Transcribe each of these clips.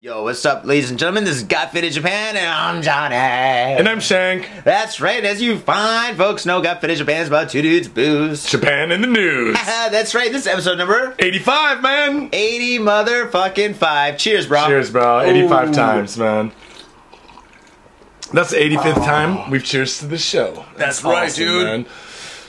Yo, what's up, ladies and gentlemen? This is Got Fit in Japan, and I'm Johnny. And And I'm Shank. That's right, as you find, folks know Got Fit in Japan is about two dudes booze. Japan in the news. That's right, this is episode number 85, man. 80 motherfucking five. Cheers, bro. Cheers, bro. 85 Ooh. times, man. That's the 85th time we've cheers to the show. That's, Oh. right, dude. man.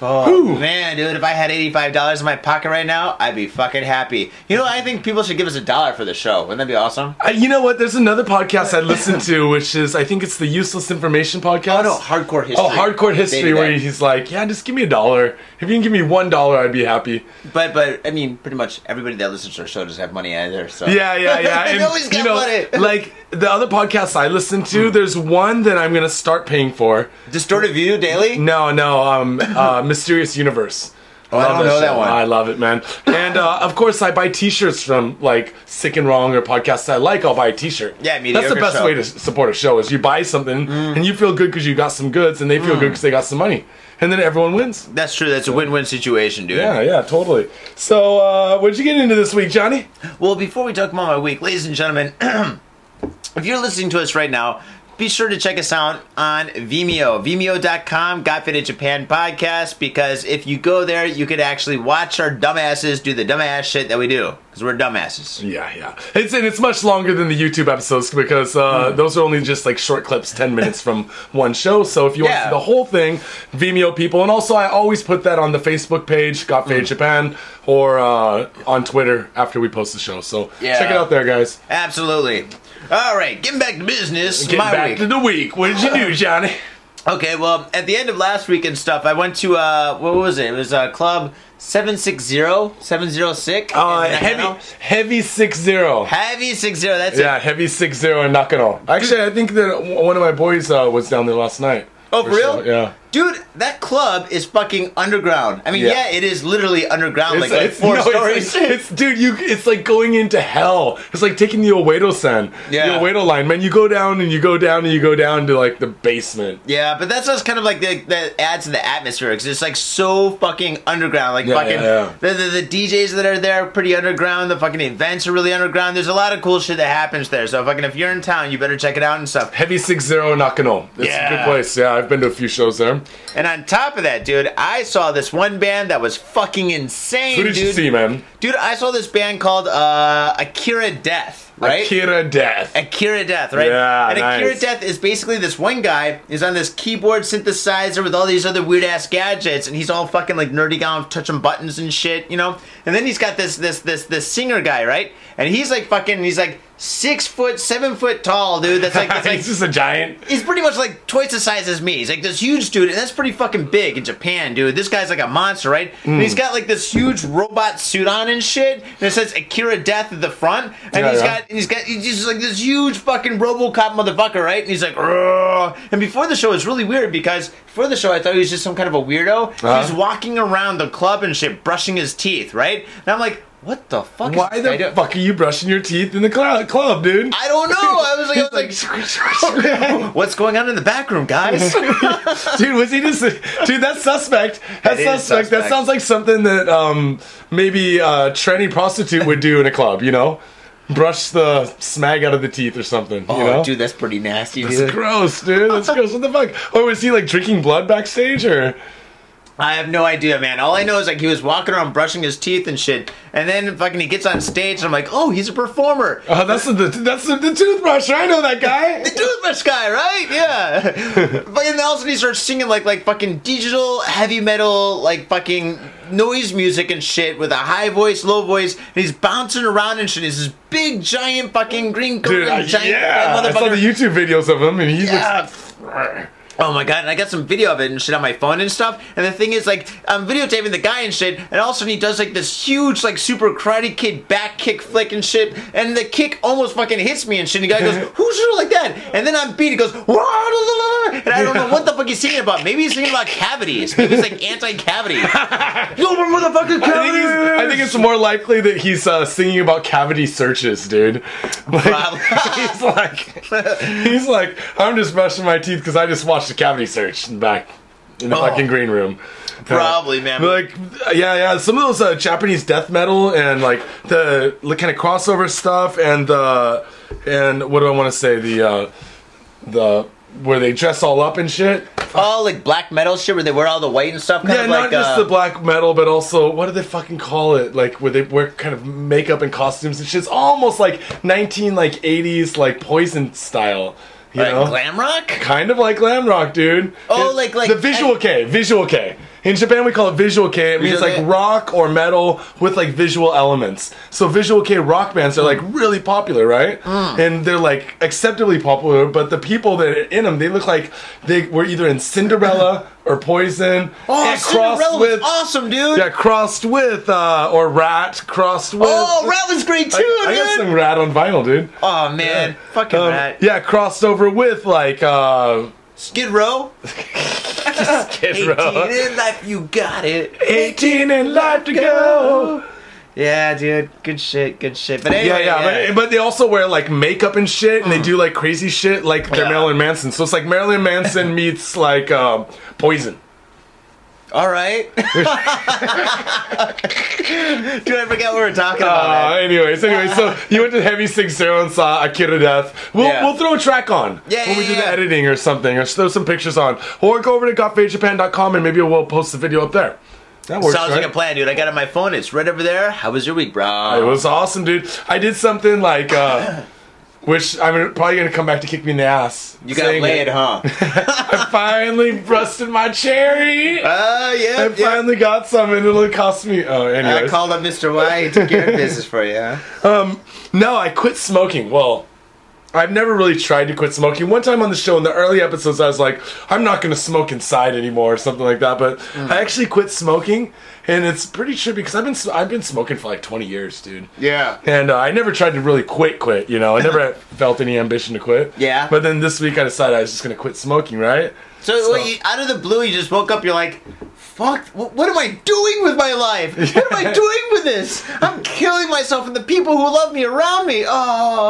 Oh, man, dude, if I had $85 in my pocket right now, I'd be fucking happy. You know, I think people should give us a dollar for the show. Wouldn't that be awesome? Uh, you know what? There's another podcast I listen to, which is I think it's the Useless Information podcast. Oh, no, hardcore history. Oh, hardcore They history, do where that. he's like, "Yeah, just give me a dollar. If you can give me one dollar, I'd be happy." But, but, I mean, pretty much everybody that listens to our show doesn't have money either, so. Yeah, yeah, yeah. They always get money. like the other podcasts I listen to, there's one that I'm gonna start paying for. Distorted View Daily? No, no, um, uh, Mysterious Universe. Oh, I Love don't know that show. one. I love it, man. And uh, of course, I buy T-shirts from like Sick and Wrong or podcasts I like. I'll buy a T-shirt. Yeah, that's mediocre the best show. Mm. way to s- support a show is you buy something and you feel good because you got some goods, and they feel good 'cause good because they got some money, and then everyone wins. That's true. That's a win-win situation, dude. Yeah, yeah, totally. So, uh, what'd you get into this week, Johnny? Well, before we talk about my week, ladies and gentlemen, if you're listening to us right now, be sure to check us out on Vimeo, Vimeo.com, Got Fit in Japan podcast. Because if you go there, you could actually watch our dumbasses do the dumbass shit that we do. Because we're dumbasses. Yeah, yeah. It's and it's much longer than the YouTube episodes because uh, those are only just like short clips, ten minutes from one show. So if you want Yeah. to see the whole thing, Vimeo people, and also I always put that on the Facebook page, Got Fade Japan, or uh, on Twitter after we post the show. So Yeah. check it out there, guys. Absolutely. All right, getting back to business. Getting my back week. to the week. What did you do, Johnny? Okay, well, at the end of last week and stuff, I went to uh, what was it? It was uh, Club 760, 706. Uh, in Nakano. heavy, heavy six zero. Heavy 60, that's it. Yeah, heavy six zero and Nakano. Actually, I think that w- one of my boys uh, was down there last night. Oh, for real? sure, yeah. Dude, that club is fucking underground. I mean, yeah, Yeah. it is literally underground, like, like it's- four no, it's stories. like- It's, dude, you it's like going into hell. It's like taking the Oedo Sen, Yeah. the Oedo line, man. You go down and you go down and you go down to like the basement. yeah, but that's what's kind of like the, that adds to the atmosphere because it's like so fucking underground. Like Yeah, fucking yeah, The, the the DJs that are there are pretty underground. The fucking events are really underground. There's a lot of cool shit that happens there. So fucking if you're in town, you better check it out and stuff. Heavy Six Zero Nakano. It's Yeah. a good place. Yeah, I've been to a few shows there. And on top of that, dude, I saw this one band that was fucking insane, Who did dude. you see, man? Dude, I saw this band called uh, Akira Death, right? Akira Death. Akira Death, right? Yeah, and Akira nice. Death is basically this one guy is on this keyboard synthesizer with all these other weird ass gadgets, and he's all fucking like nerdy guy, touching buttons and shit, you know. And then he's got this this this this singer guy, right? And he's like fucking, he's like six foot, seven foot tall, dude. That's like that's like He's just a giant. he's pretty much like twice the size as me. He's like this huge dude, and that's pretty fucking big in Japan, dude. This guy's like a monster, right? And Hmm. he's got like this huge robot suit on and shit, and it says Akira Death at the front, and Yeah, he's yeah. got and he's got he's just like this huge fucking RoboCop motherfucker, right? And he's like, "Ugh." and before the show it's really weird because before the show I thought he was just some kind of a weirdo. He's Uh-huh. walking around the club and shit, brushing his teeth, right? And I'm like, what the fuck? is Why this guy the doing? fuck are you brushing your teeth in the cl- club, dude? I don't know. I was like, I was like, what's going on in the back room, guys? dude, was he just? Dude, that's suspect. That That's is suspect. suspect. That sounds like something that um maybe a tranny prostitute would do in a club. You know, brush the smag out of the teeth or something. Oh, you know, dude, that's pretty nasty, That's dude. gross, dude. That's gross. What the fuck? Or was he like drinking blood backstage? Or I have no idea, man. All I know is like he was walking around brushing his teeth and shit, and then fucking he gets on stage, and I'm like, oh, he's a performer. oh, that's the that's the, the toothbrush. I know that guy. The toothbrush guy, right? Yeah. but and all of a sudden he starts singing like like fucking digital heavy metal, like fucking noise music and shit with a high voice, low voice, and he's bouncing around and shit. He's this big giant fucking green coat Dude, I, and giant yeah, I motherfucker. saw the YouTube videos of him, and he Yeah. looks. Oh my god, and I got some video of it and shit on my phone and stuff. And the thing is, like, I'm videotaping the guy and shit, and all of a sudden he does, like, this huge, like, super karate kid back kick flick and shit, and the kick almost fucking hits me and shit. And the guy goes, Who's you like that? And then I'm beat, he goes, "Wah, la, la, la," and I don't know what the fuck he's singing about. Maybe he's singing about cavities. Maybe he's, like, anti cavity. Yo, my motherfucking cavities! I think, he's, I think it's more likely that he's uh, singing about cavity searches, dude. Like, Probably. he's like, he's like, I'm just brushing my teeth because I just watched a cavity search in the back in the Oh. fucking green room. fucked. Pat. Probably, man. Like, yeah, yeah. Some of those uh, Japanese death metal and like the kind of crossover stuff and the and what do I want to say the uh, the where they dress all up and shit. all like black metal shit where they wear all the white and stuff. Kind yeah, of not like, just uh, the black metal, but also what do they fucking call it? Like where they wear kind of makeup and costumes and shit. It's almost like nineteen like eighties like poison style. You like, know? glam rock. kind of like glam rock, dude. Oh, It- like- like- the visual K, visual K. In Japan, we call it visual K. It means Visual like K. rock or metal with like visual elements. So visual K rock bands are like Hmm. really popular, right? And they're like acceptably popular, but the people that are in them, they look like they were either in Cinderella or Poison. Oh, and crossed Cinderella was awesome, dude. yeah, crossed with uh, or Rat crossed with. Oh, Rat was great too, I, I got dude. some Rat on vinyl, dude. oh man, fucking Um, Rat. yeah, crossed over with like. Uh, Skid Row. Skid 18 Row. in life, you got it. 18 and life to go. Yeah, dude. Good shit. Good shit. But anyway, yeah, yeah, But, but they also wear like makeup and shit, and they do like crazy shit, like they're Yeah. Marilyn Manson. So it's like Marilyn Manson meets like um, Poison. all right. dude, I forgot what we were talking about. man. Uh, anyways, anyways, so you went to Heavy Six Zero and saw Akira Death. We'll, Yeah. we'll throw a track on Yeah, when we yeah, do yeah. the editing or something, or throw some pictures on, or go over to gotfadejapan.com and maybe we'll post the video up there. That works. Sounds like right? a plan, dude. I got it on my phone. It's right over there. How was your week, bro? It was awesome, dude. I did something like, uh, which I'm probably gonna come back to kick me in the ass. you got saying laid, it. huh? I finally busted my cherry. I Uh, yeah. Uh, yeah. finally got some, and it'll cost me. Oh, I anyways. called up Mr. Y. He took care of business for you. huh? um, no, I quit smoking. Well, I've never really tried to quit smoking. One time on the show, in the early episodes, I was like, I'm not going to smoke inside anymore, or something like that. But Mm. I actually quit smoking, and it's pretty trippy because I've been s- I've been smoking for like 20 years, dude. Yeah. And uh, I never tried to really quit, quit. You know, I never felt any ambition to quit. Yeah. But then this week, I decided I was just going to quit smoking, right? So, what you, out of the blue, you just woke up. You're like, "Fuck! What, what am I doing with my life? What am I doing with this? I'm killing myself and the people who love me around me. Oh,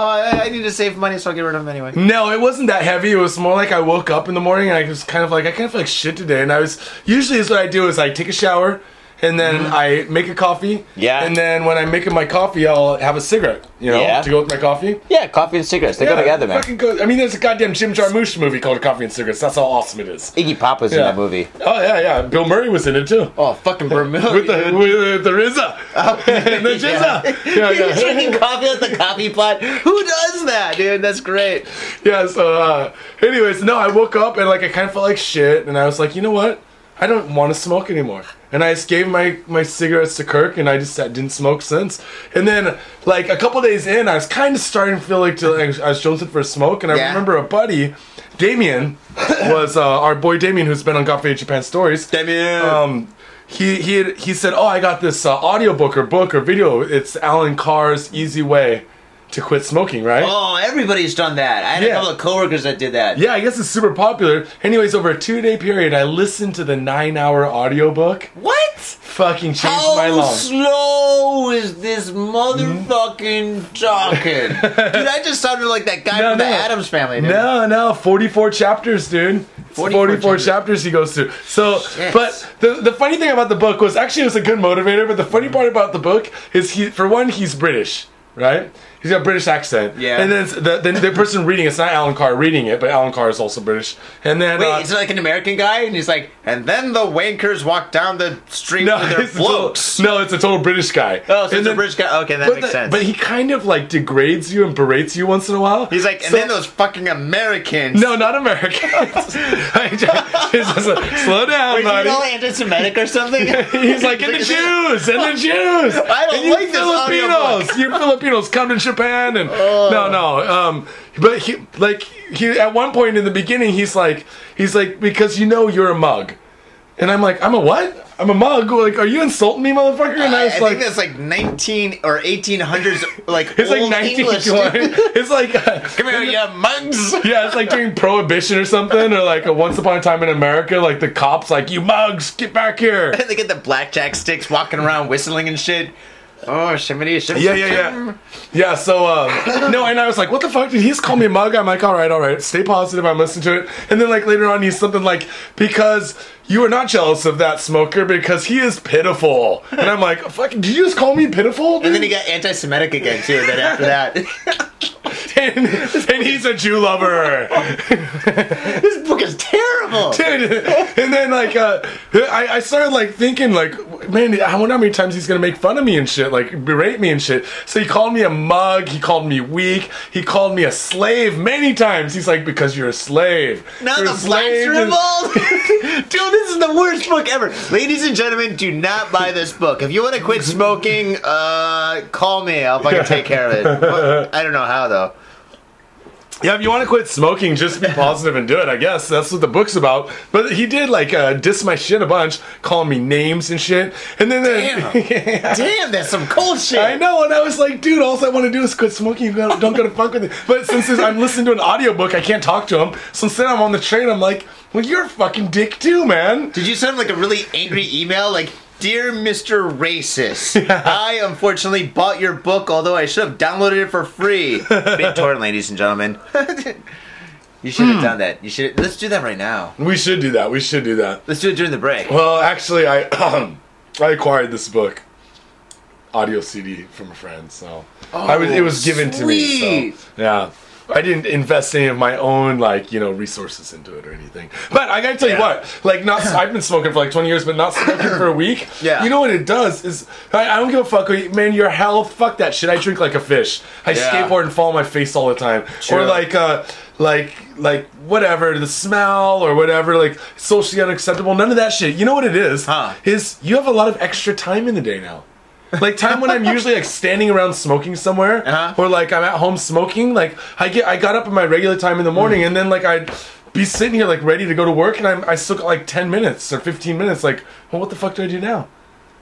I, I need to save money, so I'll get rid of them anyway." No, it wasn't that heavy. It was more like I woke up in the morning and I was kind of like I kind of feel like shit today. And I was usually is what I do is I take a shower and then I make a coffee. Mm-hmm. Yeah. And then when I'm making my coffee, I'll have a cigarette. You know, Yeah. to go with my coffee. Yeah, coffee and cigarettes. They Yeah, Fucking go. I mean, there's a goddamn Jim Jarmusch movie called Coffee and Cigarettes. That's how awesome it is. Iggy Pop was Yeah. Oh yeah, yeah. Bill Murray was in it too. Oh, fucking Bermuda. With the with the RZA and the JZA. Yeah, You're yeah. drinking coffee at the coffee pot. Who does that, dude? That's great. yeah, so uh, anyways, no, I woke up and like I kind of felt like shit, and I was like, you know what? I don't want to smoke anymore. And I just gave my my cigarettes to Kirk, and I just sat, didn't smoke since. And then like a couple days in, I was kind of starting to feel like to, like, I was jonesing for a smoke, and I Yeah. remember a buddy, Damien, was uh, our boy Damien who's been on God Faith Japan Stories Damien. um, he he had, he said, "Oh, I got this uh, audiobook or book or video. It's Alan Carr's Easy Way to Quit Smoking, right?" oh, everybody's done that. I had a Yeah. couple of coworkers that did that. Yeah, I guess it's super popular. Anyways, over a two-day period, I listened to the nine-hour audiobook. What? Fucking changed How my life. slow is this motherfucking talking? dude, I just sounded like that guy No, from no. the Adams family. Dude. No, no, 44 chapters, dude. 44 44, chapters. chapters. he goes through. So, Shit. but the, the funny thing about the book was actually it was a good motivator, but the funny part about the book is he, for one, he's British, right? He's got a British accent. Yeah. And then it's the, the, the person reading it's not Alan Carr reading it, but Alan Carr is also British. And then. Wait, uh, is it like an American guy? And he's like, and then the wankers walk down the street with their it's a total- blokes. no, it's a total British guy. Oh, so And it's a then- British guy. Okay, that but makes the- sense. But he kind of like degrades you and berates you once in a while. he's like, and So- then those fucking Americans. No, not Americans. It's just like, slow down, Wait, is buddy. he all anti-Semitic or something? He's like, and the Jews, and the Jews. I don't and you like this Filipinos. audiobook." you Filipinos come to Japan, and Oh. no, no. Um, but he, like, he at one point in the beginning, he's like, he's like, because you know you're a mug, and I'm like, I'm a what? I'm a mug. Like, are you insulting me, motherfucker? And I, I I was think like, that's like 19 or 1800s, like it's like old 19. English. It's like uh, Come here, you mugs. Yeah, it's like during Prohibition or something, or like a Once Upon a Time in America, like the cops, like, you mugs, get back here. they get the blackjack sticks walking around whistling and shit. Oh, shimmy, shimmy. Yeah, yeah, yeah. Yeah, so, um, no, and I was like, what the fuck? Did he just call me a mug? I'm like, all right, all right, stay positive. I'm listening to it. And then, like, later on, he's something like, because you are not jealous of that smoker because he is pitiful. And I'm like, fuck, did you just call me pitiful? And dude? then he got anti-Semitic again too. Then after that, and, and he's a Jew lover. this book is terrible. Dude, and then, like, uh, I, I started, like, thinking, like, man, I wonder how many times he's gonna make fun of me and shit, like, berate me and shit. So he called me a mug, he called me weak, he called me a slave many times. He's like, because you're a slave. Now You're a the blacks slave are to- involved. Dude, this is the worst book ever. Ladies and gentlemen, do not buy this book. If you want to quit smoking, uh, call me. I'll fucking take care of it. But I don't know how though. Yeah, if you want to quit smoking, just be positive and do it. I guess that's what the book's about. But he did like uh, diss my shit a bunch, calling me names and shit. And then, uh, Damn. Damn, that's some cold shit. I know, and I was like, dude, all I want to do is quit smoking. You gotta, don't gotta fuck with it. But since this- I'm listening to an audiobook, I can't talk to him. So instead, I'm on the train. I'm like, well, you're a fucking dick too, man. Did you send him like a really angry email? Like, dear Mr. Racist, I unfortunately bought your book, although I should have downloaded it for free. BitTorrent, ladies and gentlemen. you should Hmm. have done that. You should. Let's do that right now. We should do that. We should do that. Let's do it during the break. Well, actually, I I acquired this book, audio CD from a friend. So I was it was given to me. Oh, sweet. So, yeah. I didn't invest any of my own like you know resources into it or anything. But I gotta tell you Yeah. what, like not I've been smoking for like twenty years, but not smoking for a week. Yeah. You know what it does is I, I don't give a fuck, oh, man. Your health, fuck that shit. I drink like a fish. I Yeah. skateboard and fall on my face all the time. Or True. like uh like like whatever the smell or whatever like socially unacceptable. None of that shit. You know what it is? Huh. Is you have a lot of extra time in the day now. Like time when I'm usually like standing around smoking somewhere, Uh-huh. or like I'm at home smoking. Like I get, I got up at my regular time in the morning, Mm. and then like I'd be sitting here like ready to go to work, and I'm I still got like ten minutes or fifteen minutes. Like, well, what the fuck do I do now?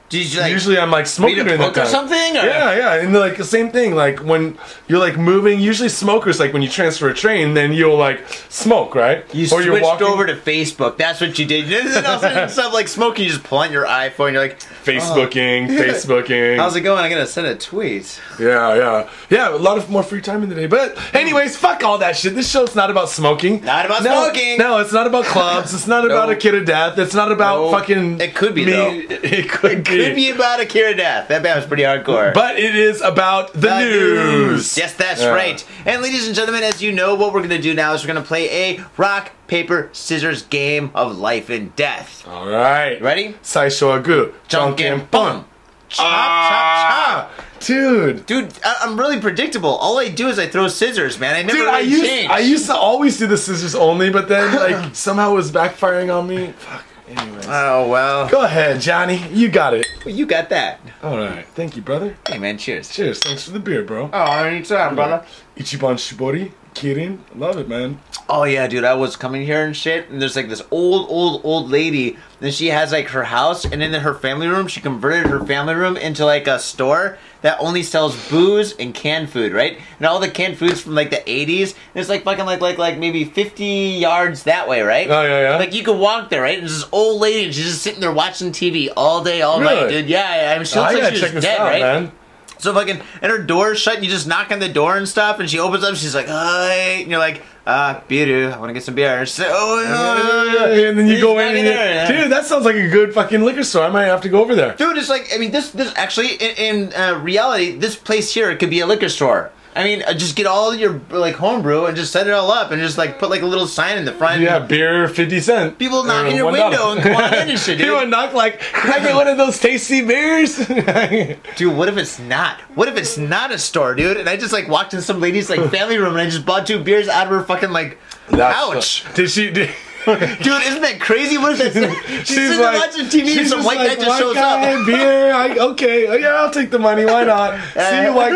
Did you like usually I'm like smoking read a during that book or time. something? Or? Yeah, yeah, and like the same thing. Like when you're like moving, usually smokers like when you transfer a train, then you'll like smoke, right? You switched over to Facebook. That's what you did. You didn't all of a sudden stop like smoking. You just pull out your iPhone. You're like, Facebooking, Facebooking. "How's it going? I'm gonna send a tweet." Yeah, yeah, yeah. A lot of more free time in the day. But anyways, fuck all that shit. This show's not about smoking. Not about No, smoking. No, it's not about clubs. It's not about a kid of death. It's not about No. fucking. It could be, me. though. It could be. Could be about a cure to death. That band was pretty hardcore. But it is about the, The news. Yes, that's Yeah. right. And ladies and gentlemen, as you know, what we're gonna do now is we're gonna play a rock paper scissors game of life and death. All right. Ready? Saisho agu. Junkin' bum. Chop, chop, chop. Ah, dude. Dude, I- I'm really predictable. All I do is I throw scissors, man. I never Dude, really I used change. I used to always do the scissors only, but then like somehow it was backfiring on me. Fuck. Anyways, Oh well, go ahead, Johnny. You got it. you got that. All right. Thank you, brother. Hey man, cheers. Cheers. Thanks for the beer, bro. Oh, anytime, brother. Ichiban Shibori, Kirin. Love it, man. Oh yeah, dude, I was coming here and shit, and there's like this old, old, old lady, and she has like her house, and in her family room, she converted her family room into like a store that only sells booze and canned food, right? And all the canned foods from like the '80s, and it's like fucking like like like maybe 50 yards that way, right? Oh, yeah, yeah. Like you could walk there, right? And there's this old lady, and she's just sitting there watching TV all day, all night, Really? Oh, dude. Yeah, I mean, she looks I like gotta she's check this dead, out, right? man. So fucking, and her door's shut, and you just knock on the door and stuff, and she opens up, she's like, hi, and you're like, ah, beer, I want to get some beer. And she's like, oh, yeah, yeah, yeah." And then you It's go not in, and there, yeah. you, dude. That sounds like a good fucking liquor store. I might have to go over there. Dude, it's like, I mean, this, this actually, in, in uh, reality, this place here could be a liquor store. I mean, uh, just get all your, like, homebrew and just set it all up and just, like, put, like, a little sign in the front. Yeah, beer fifty cent. People knock Or on your one window dollar. and come on in and shit, dude. People knock like, can I get one of those tasty beers? Dude, what if it's not? What if it's not a store, dude? And I just, like, walked in some lady's, like, family room and I just bought two beers out of her fucking, like, couch. Did she? Did, Dude, isn't that crazy? What if that's she's, sitting there watching TV and she's some just white guy like, just "White shows guy, up? Beer. I, okay. Oh, Yeah, I'll take the money. Why not? See you, white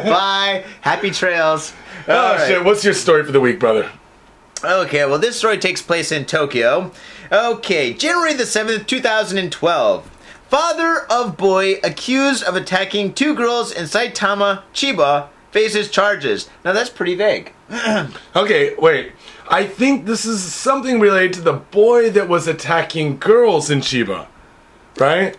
Bye. Happy trails. oh All right. shit. What's your story for the week, brother? Okay, well, this story takes place in Tokyo. Okay, January the 7th, 2012. Father of boy accused of attacking two girls in Saitama, Chiba, faces charges. Now, that's pretty vague. Okay, wait. I think this is something related to the boy that was attacking girls in Chiba, right?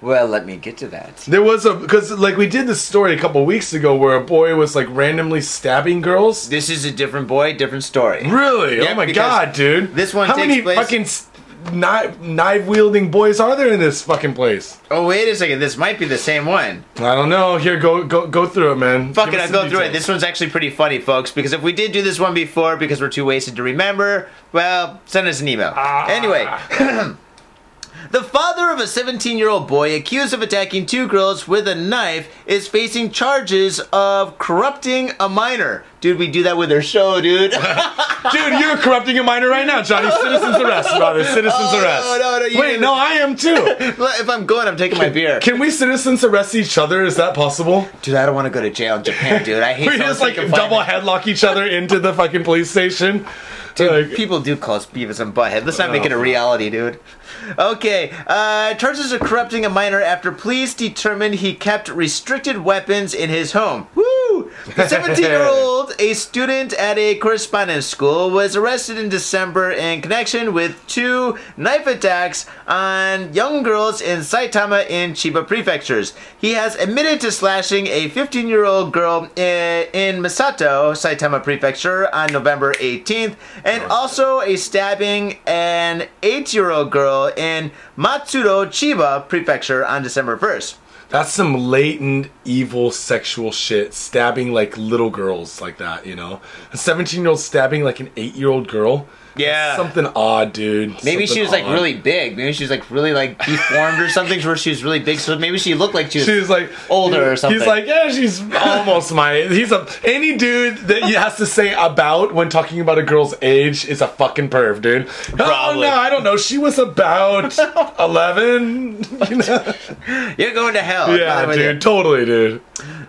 Well, let me get to that. There was a because like we did this story a couple weeks ago where a boy was like randomly stabbing girls. This is a different boy, different story. Really? Yeah, oh my because god, dude! this one How takes many place- fucking s- knife knife wielding boys are there in this fucking place? Oh wait a second, this might be the same one. I don't know. Here, go go go through it, man. Fuck Give it, us I'll the go through it. details. This one's actually pretty funny, folks, because if we did do this one before because we're too wasted to remember, well, send us an email. Ah. Anyway. The father of a 17 year old boy accused of attacking two girls with a knife is facing charges of corrupting a minor. Dude, we do that with our show, dude. dude, you're corrupting a minor right now, Johnny. Citizens arrest, brother. Citizens Oh, arrest. no, no, no, you Wait, didn't- no, I am too. if I'm going, I'm taking my beer. Can we citizens arrest each other? Is that possible? Dude, I don't want to go to jail in Japan, dude. I hate We just like solitary confinement. double headlock each other into the fucking police station. Like- People do call us Beavis and Butthead. Let's not make it a reality, dude. Okay, uh, charges of corrupting a minor after police determined he kept restricted weapons in his home. Woo! The 17 year old, a student at a correspondence school, was arrested in December in connection with two knife attacks on young girls in Saitama and Chiba prefectures. He has admitted to slashing a 15 year old girl in, in Misato, Saitama Prefecture, on November 18th, and also a stabbing an 8 year old girl in Matsuro, Chiba Prefecture, on December 1st. That's some latent evil sexual shit. Stabbing like little girls like that, you know? A 17 year old stabbing like an 8 year old girl. Yeah. That's something odd, dude. Maybe Something she was like odd. really big. Maybe she was like really like deformed or something, where she was really big. So maybe she looked like she was. She was like Older or something. He's like, yeah, she's almost my. He's a any dude that you has to say about when talking about a girl's age is a fucking perv, dude. Probably. Oh no, I don't know. She was about eleven. You know? You're going to hell. I'm Yeah, not with you. dude, totally, dude.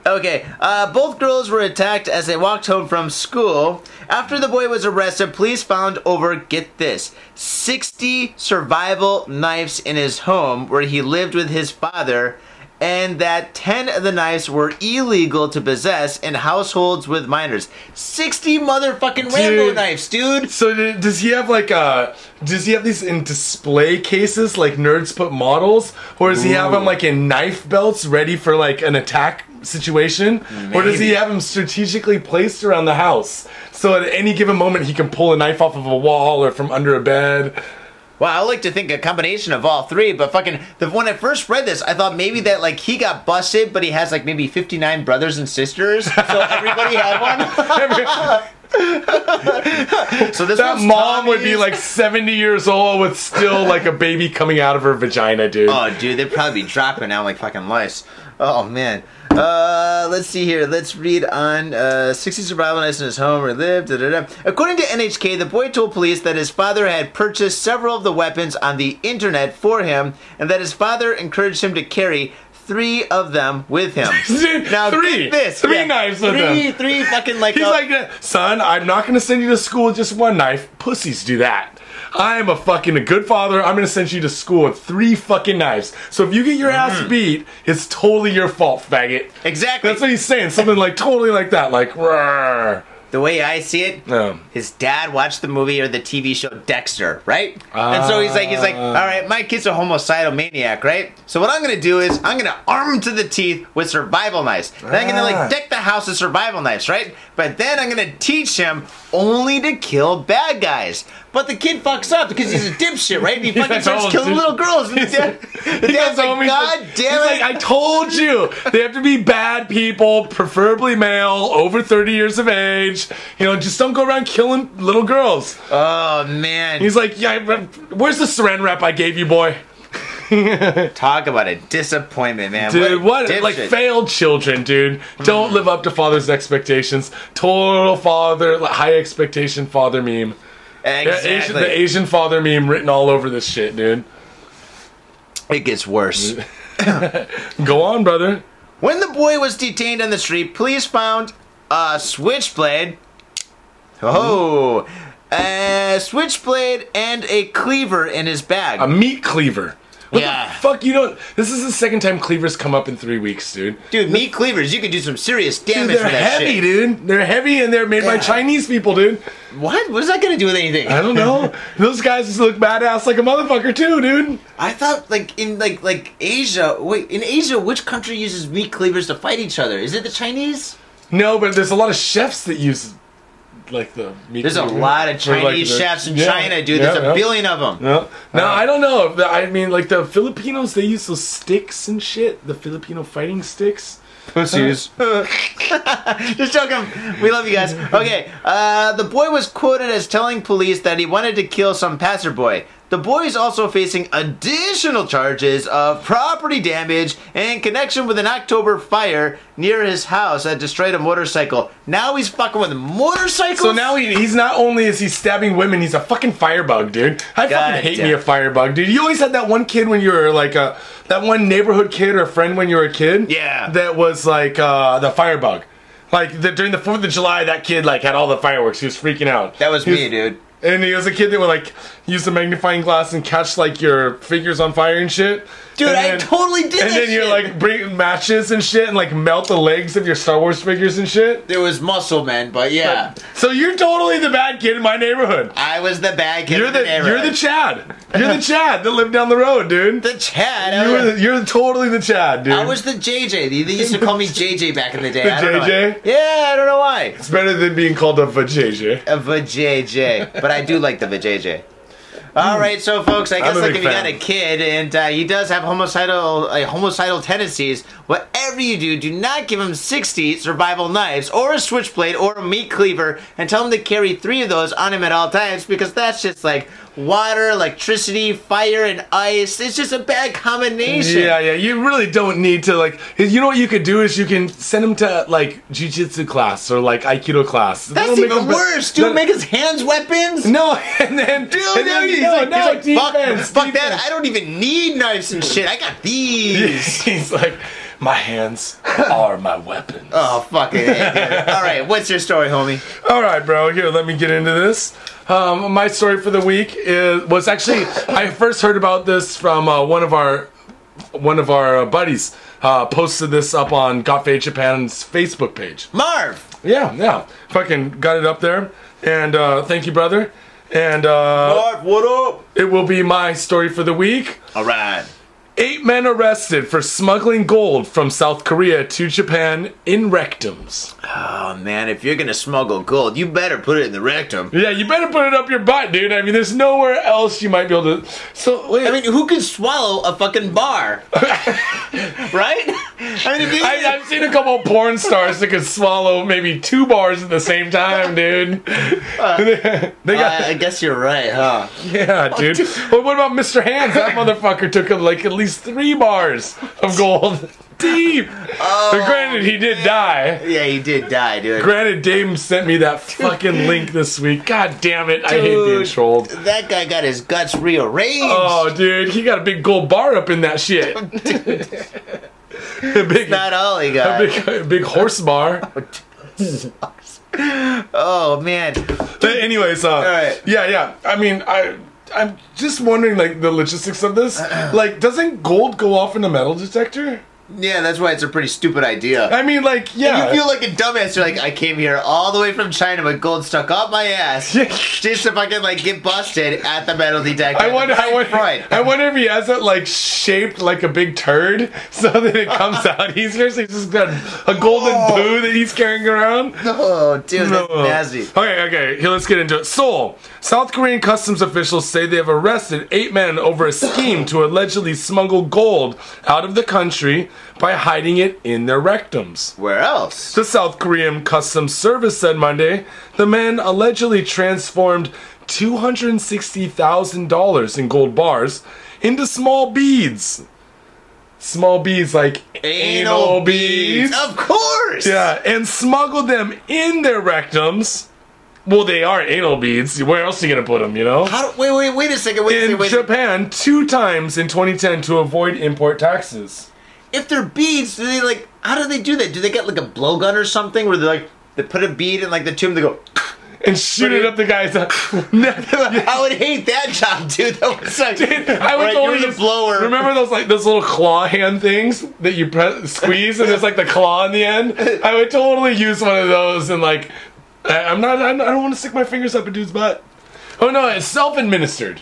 Okay, uh, both girls were attacked as they walked home from school. After the boy was arrested, police found over, get this, 60 survival knives in his home where he lived with his father, and that 10 of the knives were illegal to possess in households with minors. 60 motherfucking Rambo Dude. knives, dude! So d- does he have like uh does he have these in display cases like nerds put models or does he have them like in knife belts ready for like an attack situation or does he Maybe. have them strategically placed around the house so at any given moment he can pull a knife off of a wall or from under a bed Well, I like to think a combination of all three, but fucking, the, when I first read this, I thought maybe that, like, he got busted, but he has, like, maybe 59 brothers and sisters, so everybody had one. So this that one's mom would be Tommy's. like 70 years old with still like a baby coming out of her vagina dude oh, dude, they'd probably be dropping out like fucking lice. Oh man. Uh, let's see here. Let's read on uh, 60 survival nights in his home where he lived. Da, da, da. According to NHK, the boy told police that his father had purchased several of the weapons on the internet for him, and that his father encouraged him to carry three of them with him. Dude, three. get this. Three knives with three, him. Three fucking like. He's uh, like, son, I'm not gonna send you to school with just one knife. Pussies do that. I'm a fucking a good father. I'm gonna send you to school with three fucking knives. So if you get your Mm. ass beat, it's totally your fault, faggot. exactly. That's what he's saying. Something like totally like that. Like, "Rawr." The way I see it, Yeah. his dad watched the movie or the TV show Dexter, right? and so he's like, he's like, Ah. all right, my kid's a homicidal maniac, right? So what I'm gonna do is I'm gonna arm him to the teeth with survival knives. And I'm gonna Ah. like deck the house with survival knives, right? But then I'm gonna teach him only to kill bad guys. But the kid fucks up because he's a dipshit, right? He fucking like, starts "Oh, killing dude." little girls. And the dad, the He dad's goes home, like, he's God like- damn he's it! like, I told you, they have to be bad people, preferably male, over 30 years of age. You know, just don't go around killing little girls. oh man, He's like, yeah, where's the saran wrap I gave you, boy? talk about a disappointment, man. Dude, a what, like dipshit. failed children, dude. Don't live up to father's expectations. Total father, like, high expectation father meme. Yeah, Exactly. Asian, the Asian father meme written all over this shit, dude. It gets worse. Go on, brother. when the boy was detained on the street, police found a switchblade. Oh, Hmm? a switchblade and a cleaver in his bag. Um, A meat cleaver. What Yeah. the fuck? You don't. This is the second time Cleaver's come up in three weeks, dude. Dude, meat cleavers, you could do some serious Dude, damage they're with that heavy, shit. dude. They're heavy and they're made by Yeah. Chinese people, dude. What? What is that gonna do with anything? I don't know. Those guys just look badass like a motherfucker too, dude. I thought like in like like Asia. Wait, in Asia, which country uses meat cleavers to fight each other? Is it the Chinese? No, but there's a lot of chefs that use like the meat. There's a cleaver. lot of Or, Mm-hmm. like, Chinese the- chefs in yeah, China, dude. yeah, There's a yeah. billion Uh. of them. No, no, I don't know. If the- I mean, like the Filipinos, they use those sticks and shit. The Filipino fighting sticks. Pussies. Just joking. We love you guys. Okay. Uh, the boy was quoted as telling police that he wanted to kill some passerboy. The boy is also facing additional charges of property damage in connection with an October fire near his house that destroyed a motorcycle. Now he's fucking with motorcycles. So now he, he's not only is he stabbing women, he's a fucking firebug, dude. I God fucking hate damn. me a firebug, dude. You always had that one kid when you were like a that one neighborhood kid or friend when you were a kid. Yeah. That was like uh, the firebug. Like the, during the Fourth of July, that kid like had all the fireworks. He was freaking out. that was He me, dude. And he was a kid that would like use the magnifying glass and catch like your fingers on fire and shit. Dude, And I totally did And that then you shit. like bring matches and shit and like melt the legs of your Star Wars figures and shit. There was muscle men, but yeah. So you're totally the bad kid in my neighborhood. I was the bad kid. You're in the, the you're the neighborhood. Chad. You're the Chad that lived down the road, dude. the Chad. I You was- were the, you're totally the Chad, dude. I was the JJ. They, they used to call me JJ back in the day. The I don't know why. JJ? Yeah, I don't know why. it's better than being called a vajayjay. A vajayjay, but I do like the vajayjay. All right, so folks, I guess Hmm. a like if big you got fan. a kid and uh, he does have homicidal uh, homicidal tendencies, whatever you do, do not give him sixty survival knives or a switchblade or a meat cleaver, and tell him to carry three of those on him at all times because that's just like water, electricity, fire, and ice. It's just a bad combination. Yeah, yeah. You really don't need to like. You know what you could do is you can send him to like jujitsu class or like aikido class. That's That'll make even him be- worse, dude. that- Make his hands weapons. no, and then dude, Oh, and no, then he's no, like, no, he's like, defense, fuck, fuck that. defense. I don't even need knives and shit. I got these. He's like, my hands are my weapons. Oh, fucking A, dude. All right, what's your story, homie? All right, bro. Here, let me get into this. Um, my story for the week is was actually I first heard about this from uh, one of our one of our uh, buddies uh, posted this up on Got Fade Japan's Facebook page. Marv. Yeah, yeah. Fucking got it up there, and uh, thank you, brother. And uh, what up? it will be my story for the week. All right. Eight men arrested for smuggling gold from South Korea to Japan in rectums. Oh, man, if you're going to smuggle gold, you better put it in the rectum. Yeah, you better put it up your butt, dude. I mean, there's nowhere else you might be able to. So wait. I mean, who can swallow a fucking bar? right? I mean, if you. I, have seen a couple porn stars that could swallow maybe two bars at the same time, dude. they got, Uh, I, I guess you're right, huh? yeah, dude. But what about Mr. Hands? That motherfucker took him like at least three bars of gold deep. Oh, but granted, he did die. Yeah, he did die, dude. Granted, Dame sent me that fucking link this week. God damn it, I hate being Dude. trolled. That guy got his guts rearranged. Oh, dude, he got a big gold bar up in that shit. a big, Not all he a got. big, a big horse bar. Oh, man. But anyways, uh, right. yeah, yeah. I mean, I. I'm just wondering, like, the logistics of this. Like, doesn't gold go off in a metal detector? Yeah, that's why it's a pretty stupid idea. I mean, like, yeah. You feel like a dumbass. You're like, I came here all the way from China with gold stuck up my ass just if I can like get busted at the metal detector. I wonder, I wonder, Freud. I wonder if he has it like shaped like a big turd, so that it comes out easier. So he's just got a golden poo that he's carrying around. Oh, dude, that's No. nasty. Okay, okay. Here, let's get into it. Seoul. South Korean customs officials say they have arrested eight men over a scheme to allegedly smuggle gold out of the country by hiding it in their rectums. Where else? The South Korean Customs Service said Monday the men allegedly transformed $260,000 in gold bars into small beads. Small beads like anal, beads. Of course. Yeah, and smuggled them in their rectums. Well, they are anal beads. Where else are you gonna put them? You know, How do, wait, wait, wait a second. Wait, a in second, wait. a second. Japan, two times in 2010 to avoid import taxes. If they're beads, do they like? How do they do that? Do they get like a blowgun or something where they like they put a bead in like the tube? and They go. and shoot it up the guy's neck. I would hate that job, dude. That was like, I was Right, only you're the blower. Remember those like those little claw hand things that you press, squeeze and there's like the claw in the end. I would totally use one of those and like I, I'm not I'm, I am not i do not want to stick my fingers up a dude's butt. Oh no, it's self-administered.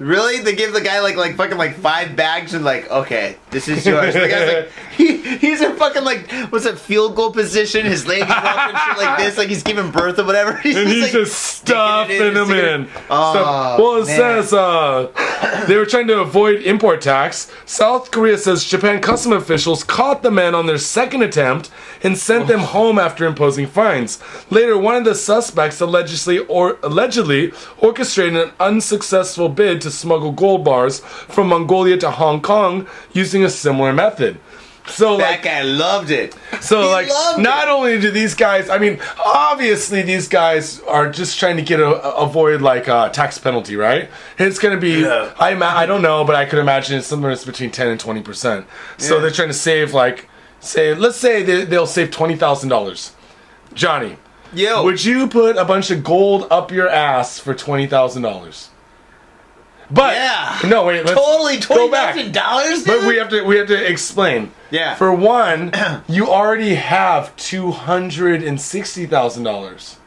Really? They give the guy like like fucking like five bags and like, okay, this is yours. The guy's like he, he's in fucking like what's that field goal position? His legs are up and shit like this, like he's giving birth or whatever. and he's like, just sticking it stuffing in, them sticking it- in. Oh, Stuff- well, it man. says uh, they were trying to avoid import tax. South Korea says Japan custom officials caught the men on their second attempt and sent them home after imposing fines. Later, one of the suspects allegedly or allegedly orchestrated an unsuccessful bid to smuggle gold bars from Mongolia to Hong Kong using a similar method. So That like guy loved it. so He like, loved not only do these guys, I mean, obviously these guys are just trying to get a, a- avoid like a tax penalty, right? It's going to be, Yeah. I ima- I don't know, but I could imagine it's somewhere that's between ten and twenty percent. So Yeah. they're trying to save like, say, let's say they, they'll save twenty thousand dollars. Johnny, Yo, would you put a bunch of gold up your ass for twenty thousand dollars? But Yeah. no, wait, let's totally go twenty back. thousand dollars, But we have to we have to explain. Yeah. For one, you already have two hundred and sixty thousand dollars.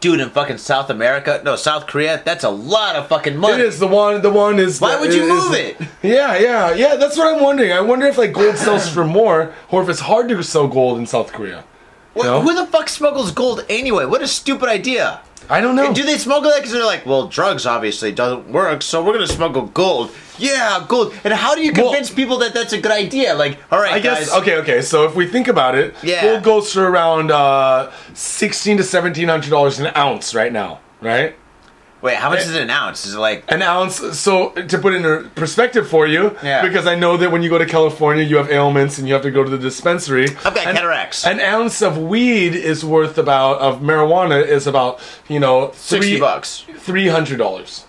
dude in fucking South America, no South Korea. That's a lot of fucking It money. is the one. The one is. Why would you is- move it? Yeah, yeah, yeah. That's what I'm wondering. I wonder if like gold sells for more, or if it's hard to sell gold in South Korea. Wh- No. Who the fuck smuggles gold anyway? What a stupid idea. I don't know. Do they smuggle that because they're like, well, drugs obviously doesn't work, so we're gonna smuggle gold. Yeah, gold. And how do you Well- convince people that that's a good idea? Like, all right, I guys. guess okay, okay. So if we think about it, Yeah. gold goes for around uh, sixteen to seventeen hundred dollars an ounce right now, right? Wait, how much Eh. is it an ounce? Is it like an ounce. So to put it in perspective for you, Yeah. because I know that when you go to California, you have ailments and you have to go to the dispensary. I've got An- cataracts. An ounce of weed is worth about of marijuana is about you know sixty bucks? three hundred dollars.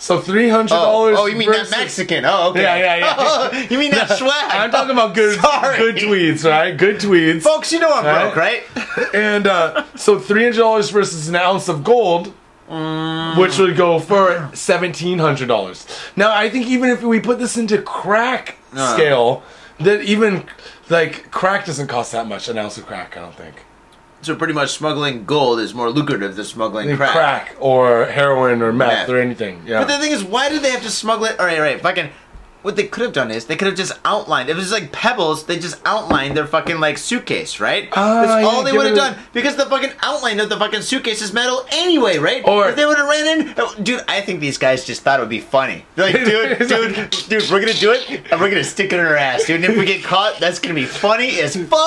So three hundred Oh, dollars. oh, you mean versus, that Mexican? Oh, okay. Yeah, yeah, yeah. you mean that swag? I'm talking about good, Sorry. good tweeds, right? Good tweeds. folks. You know I'm Right. broke, right? and uh, so three hundred dollars versus an ounce of gold, which would go for seventeen hundred dollars. Now I think even if we put this into crack Uh. scale, that even like crack doesn't cost that much an ounce of crack. I don't think So pretty much, smuggling gold is more lucrative than smuggling crack, crack. or heroin or meth, Meth. or anything. Yeah. But the thing is, why did they have to smuggle it? All right, all right, fucking. What they could have done is they could have just outlined. If it was like pebbles, they just outlined their fucking like suitcase, right? Ah, That's all yeah, they give would have it a- done because the fucking outline of the fucking suitcase is metal anyway, right? Or- if they would have ran in, oh, dude. I think these guys just thought it would be funny. They're like, dude, It's dude, dude, we're gonna do it and we're gonna stick it in her ass, dude. And if we get caught, that's gonna be funny as Dude, fuck.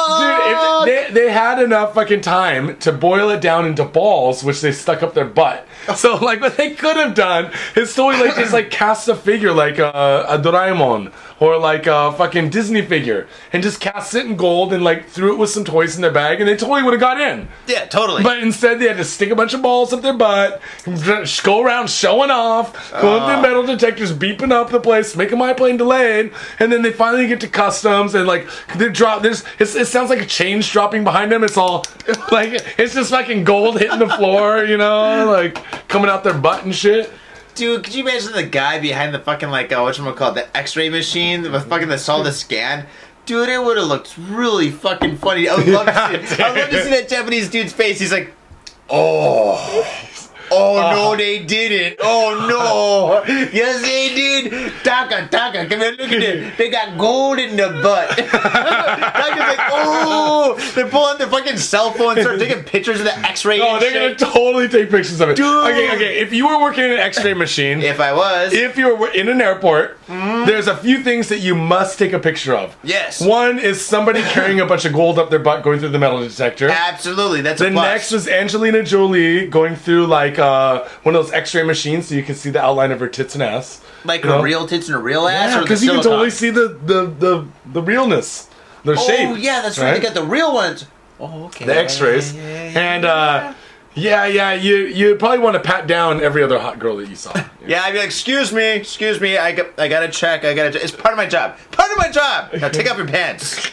if they, they had enough fucking time to boil it down into balls, which they stuck up their butt. So, like, what they could have done is totally, like, just, like, cast a figure, like uh, a Doraemon or, like, a fucking Disney figure, and just cast it in gold and, like, threw it with some toys in their bag, and they totally would have got in. yeah, totally. But instead, they had to stick a bunch of balls up their butt, go around showing off, go up to metal detectors, beeping up the place, making my plane delayed, and then they finally get to customs and like they drop. There's it's, it sounds like a change dropping behind them. It's all like it's just fucking gold hitting the floor, you know, like coming out their butt and shit. Dude, could you imagine the guy behind the fucking like uh, whatchamacallit, called the X-ray machine, the fucking that saw the scan? Dude, it would have looked really fucking funny. I would love to see. It. I would love to see that Japanese dude's face. He's like, oh. Oh Uh. no, they didn't. Oh no. Yes, they did. Taka, Taka, come here, look at it. They got gold in the butt. Taka's like, oh. They pull out their fucking cell phone and start taking pictures of the x ray. Oh, they're gonna totally take pictures of it. Dude. Okay, okay. If you were working in an X-ray machine, If I was. if you're in an airport, there's a few things that you must take a picture of. Yes. One is somebody carrying a bunch of gold up their butt going through the metal detector. Absolutely, that's the a plus. next was Angelina Jolie going through like uh, one of those X-ray machines, so you can see the outline of her tits and ass. Like You know? her real tits and her real ass, Yeah, or the because you can silicone? totally see the the the, the realness, the Oh shape. yeah, that's right. They got the real ones. Oh okay. the X-rays, Yeah, yeah, yeah. and uh, yeah, yeah, you you probably want to pat down every other hot girl that you saw. Yeah, I'd be like, excuse me, excuse me, I, got, I gotta check, I gotta check. It's part of my job. Part of my job! Now take off your pants.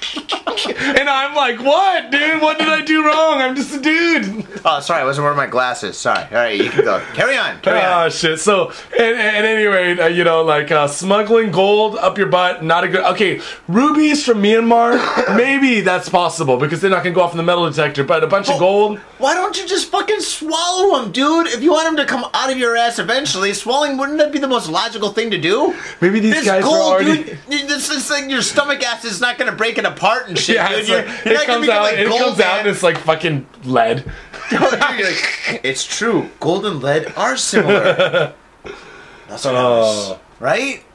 And I'm like, what, dude? What did I do wrong? I'm just a dude. Oh, sorry, I wasn't wearing my glasses. Sorry. All right, you can go. Carry on. Carry on. Ah, shit. So, at, at any rate, uh, you know, like uh, smuggling gold up your butt, not a good. Okay, rubies from Myanmar, maybe that's possible because they're not gonna go off in the metal detector. But a bunch of gold. Oh, Why don't you just fucking swallow him, dude? If you want him to come out of your ass eventually, swallowing wouldn't that be the most logical thing to do? Maybe these This guys were gold, already- dude. you- This is like your stomach acid is not gonna break it apart and shit, Yeah, dude. it's You're, like, you're it not gonna comes become out. like it gold comes out, man. and it's like fucking lead. You're like, it's true. Gold and lead are similar. That's what happens, Oh. right?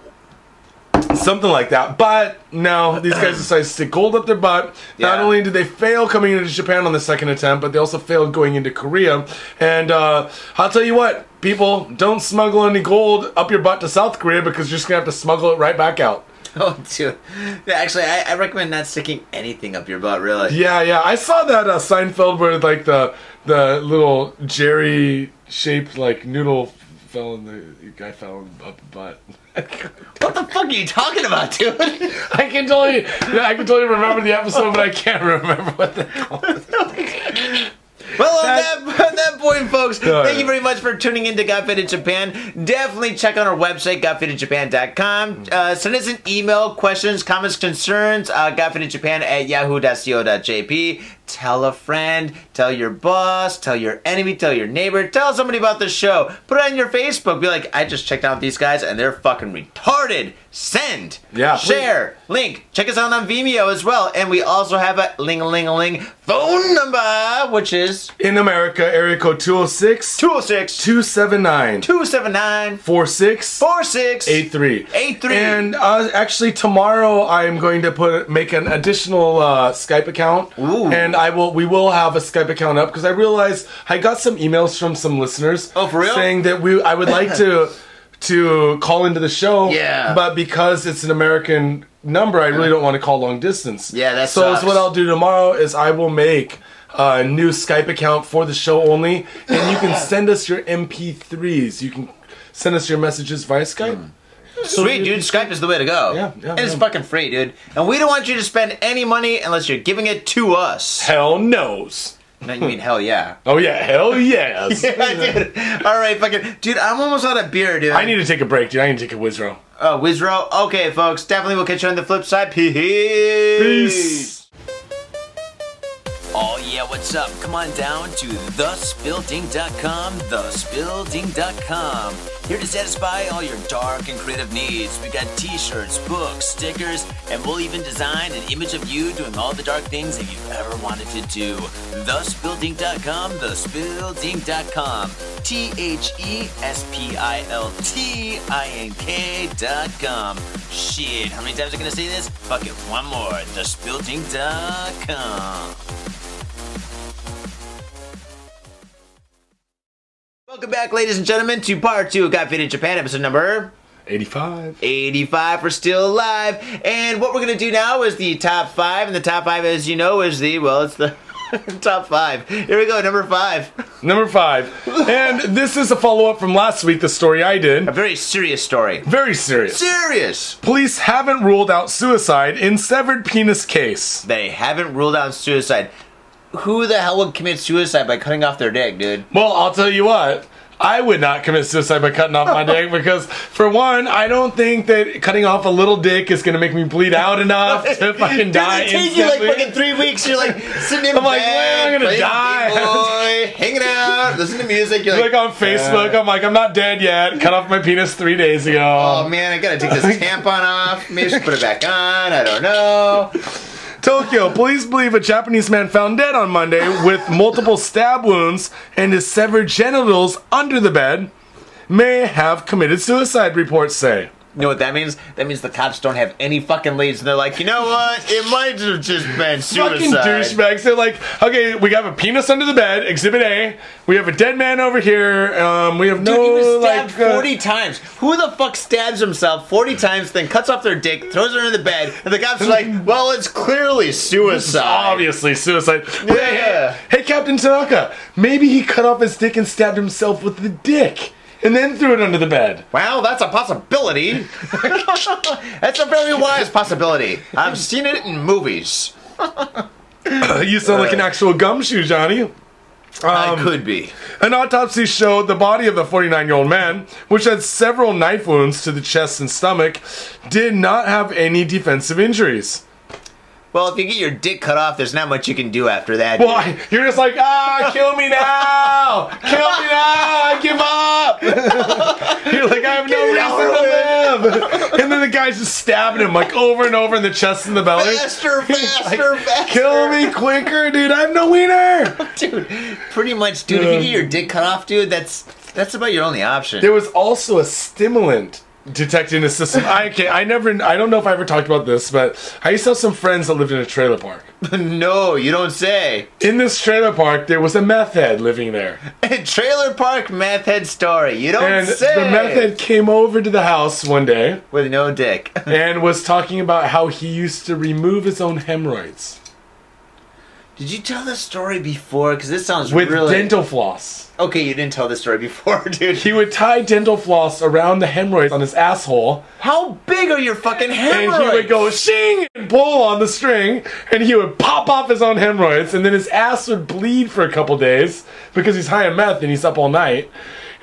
something like that. But no, these guys decided to stick gold up their butt. Not Yeah. only did they fail coming into Japan on the second attempt, but they also failed going into Korea. And uh, I'll tell you what, people, don't smuggle any gold up your butt to South Korea because you're just gonna have to smuggle it right back out. Oh, dude. Yeah, Actually, I, I recommend not sticking anything up your butt, really. Yeah, yeah, I saw that uh, Seinfeld where like the the little Jerry shaped like noodle fell in the guy fell in up the butt. What the fuck are you talking about, dude? I can totally, yeah, I can totally remember the episode, but I can't remember what the hell. Well, That- on that, on that point, folks, No, thank no. you very much for tuning in to Got Fit in Japan. Definitely check out our website, gotfitedjapan.com. Uh, send us an email, questions, comments, concerns, uh, gotfitedjapan at yahoo.co.jp. Tell a friend, tell your boss, tell your enemy, tell your neighbor, tell somebody about the show. Put it on your Facebook. Be like, I just checked out these guys and they're fucking retarded. Send. Yeah, please. Share. Twitter, link. Check us out on Vimeo as well. And we also have a ling a ling a ling phone number, which is in America, area code 206 206 279 279 4683. 4683. And uh, actually, tomorrow I am going to put make an additional uh, Skype account, Ooh. and I will we will have a Skype account up because I realized I got some emails from some listeners. Oh, for real? Saying that we I would like to to call into the show. Yeah. But because it's an American number, I really don't want to call long distance. Yeah, that so. sucks. So what I'll do tomorrow is I will make. A new Skype account for the show only, and you can send us your MP3s. You can send us your messages via Skype. Mm. Sweet, dude. Skype is the way to go. Yeah, yeah, and it's yeah. fucking free, dude. And we don't want you to spend any money unless you're giving it to us. Hell knows. no, you mean hell yeah. Oh yeah, hell yes. dude. All right, fucking dude. I'm almost out of beer, dude. I need to take a break, dude. I need to take a whizro. uh, Wizro. Okay, folks. Definitely, we'll catch you on the flip side. Peace. Oh yeah, what's up? Come on down to thespilting.com, thespilting.com. Here to satisfy all your dark and creative needs. We got t-shirts, books, stickers, and we'll even design an image of you doing all the dark things that you've ever wanted to do. Thespilting.com, thespilting.com. E T-H-E-S-P-I-L-T-I-N-K dot com. Shit, how many times are I gonna say this? Fuck it, one more. Thespilting.com. Welcome back, ladies and gentlemen, to part two of Got Fit in Japan, episode number 85. 85 for Still Alive. And what we're going to do now is the top five. And the top five, as you know, is the, well, it's the top five. Here we go, number five. Number five. And this is a follow up from last week, the story I A did. very serious story. Very serious. Serious! Police haven't ruled out suicide in severed penis case. They haven't ruled out suicide. Who the hell would commit suicide by cutting off their dick, dude? Well, I'll tell you what. I would not commit suicide by cutting off my dick because, for one, I don't think that cutting off a little dick is going to make me bleed out enough to fucking Does die. it take you like instantly. fucking three weeks? You're like sitting in I'm bed, like, "Man, I'm gonna playing die." Boy, hanging out, listening to music. You're like, like on Facebook, I'm like, I'm not dead yet. Cut off my penis three days ago. oh man, I gotta take this tampon off. Maybe I should put it back on. I don't know. Tokyo police believe a Japanese man found dead on Monday with multiple stab wounds and his severed genitals under the bed may have committed suicide. Reports say. You know what that means? That means the cops don't have any fucking leads, and they're like, you know what? It might have just been Fucking suicide. douchebags. They're like, okay, we have a penis under the bed, exhibit A. We have a dead man over here. Um, we have Dude, no he was stabbed like. uh, 40 times. Who the fuck stabs himself 40 times, then cuts off their dick, throws it under the bed, and the cops are like, well, it's clearly suicide. obviously suicide. But hey, Yeah. Hey, hey, Captain Tanaka, maybe he cut off his dick and stabbed himself with the dick and then threw it under the bed. Well, that's a possibility. that's a very wise possibility. I've seen it in movies. Uh, Uh, you sound like an actual gumshoe, Johnny. I could be. An autopsy showed the body of the 49 year old man, which had several knife wounds to the chest and stomach, did not have any defensive injuries. Well, if you get your dick cut off, there's not much you can do after that. Well, dude. I- you're just like, ah, kill me now! Kill me now! I give up! you're like, I have no reason to live! And then the guy's just stabbing him, like, over and over in the chest and the belly. faster, faster, faster. Kill me quicker, dude! I'm no wiener! dude. Pretty much, dude. If you get your dick cut off, dude, that's that's about your only option. Uh. There was also a stimulant detected in the system. I okay, I never, I don't know if I ever talked about this, but I used to have some friends that lived in a trailer park. no, you don't say. In this trailer park, there was a meth head living there, Trailer park meth head story. You don't and say. the meth head came over to the house one day with no dick. and was talking about how he used to remove his own hemorrhoids Did you tell this story before? Because this sounds with really dental floss. okay. You didn't tell this story before, dude. He would tie dental floss around the hemorrhoids on his asshole How big are your fucking and hemorrhoids? he would go shing and pull on the string, and he would pop off his own hemorrhoids, and then his ass would bleed for a couple days because he's high on meth and he's up all night.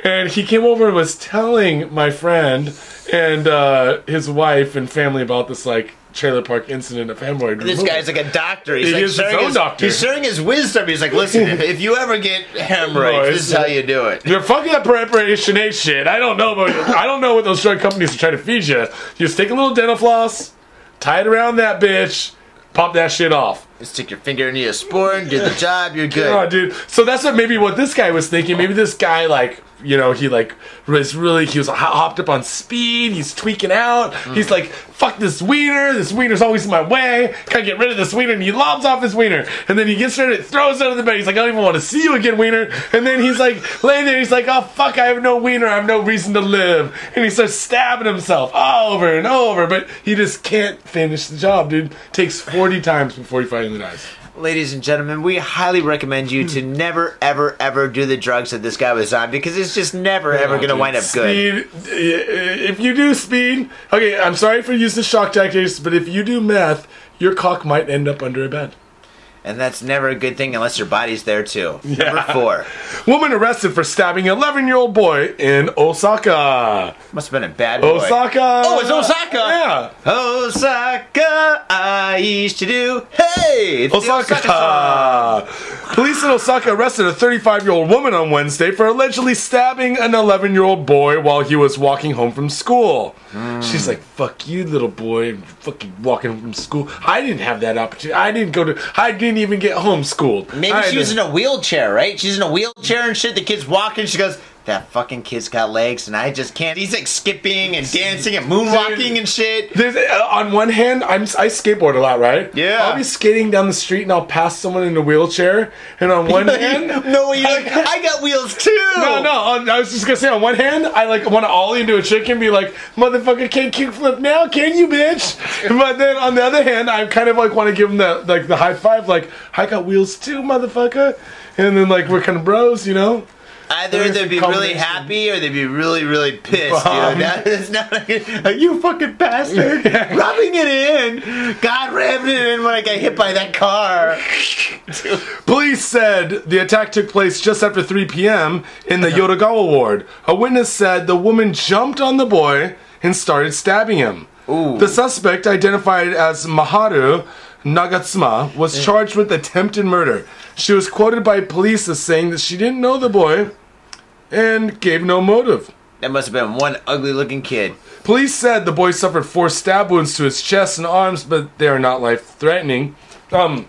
And he came over and was telling my friend and uh, his wife and family about this like trailer park incident of hemorrhoid. This removal. guy's like a doctor. He's He like is his sharing own doctor. He's sharing his wisdom. He's like, listen, if, if you ever get hemorrhoids, this is how you do it. You're fucking up preparation A shit. I don't know about I don't know what those drug companies are trying to feed you. You just take a little dental floss, tie it around that bitch, pop that shit off. Stick your finger into a spore and do the job. You're good. Oh, dude. So that's what maybe what this guy was thinking. Maybe this guy like you know he like was really he was ho- hopped up on speed. He's tweaking out. He's like fuck this wiener. This wiener's always in my way. Gotta get rid of this wiener. And he lobs off his wiener. And then he gets rid of it, throws it out of the bed. He's like I don't even want to see you again, wiener. And then he's like laying there. He's like oh fuck I have no wiener. I have no reason to live. And he starts stabbing himself over and over. But he just can't finish the job, dude. Takes forty times before he finally dies. Ladies and gentlemen, we highly recommend you Hmm. to never, ever, ever do the drugs that this guy was on because it's just never, ever going to wind up good. Speed. If you do speed, okay. I'm sorry for using shock tactics, but if you do meth, your cock might end up under a bed. And that's never a good thing unless your body's there too. Number four. Woman arrested for stabbing 11 year old boy in Osaka. Must have been a bad boy. Osaka. Oh, it's Osaka. Yeah. Osaka, I used to do. Hey! it's the Osaka. song. Police in Osaka arrested a 35 year old woman on Wednesday for allegedly stabbing an 11 year old boy while he was walking home from school. She's like, fuck you, little boy, fucking walking home from school. I didn't have that opportunity. I didn't go to, I didn't even get homeschooled. Maybe I she was in didn't- a wheelchair, right? She's in a wheelchair and shit. The kid's walking. She goes, "That fucking kid's got legs, and I just can't." He's like skipping and dancing and moonwalking and shit. There's, uh, on one hand, I'm, I skateboard a lot, right? Yeah. I'll be skating down the street and I'll pass someone in a wheelchair, and on one hand, no, way, you're like, I got wheels too. No, no. On, I was just gonna say, on one hand, I like want to ollie into a chick and be like, "Motherfucker, can't kickflip now, can you, bitch?" But then on the other hand, I kind of like want to give him the like the high five, like, "I got wheels too, motherfucker," and then like we're kind of bros, you know. Either There's they'd be the really combination. happy or they'd be really, really pissed. Um. dude. That is not like, you fucking bastard, rubbing it in. God, rubbing it in when I got hit by that car. Police said the attack took place just after 3 p.m. in the Yodogawa ward. A witness said the woman jumped on the boy and started stabbing him. Ooh. The suspect, identified as Maharu Nagatsuma, was charged with attempted murder. She was quoted by police as saying that she didn't know the boy and gave no motive. That must have been one ugly-looking kid. Police said the boy suffered four stab wounds to his chest and arms, but they are not life threatening. Um,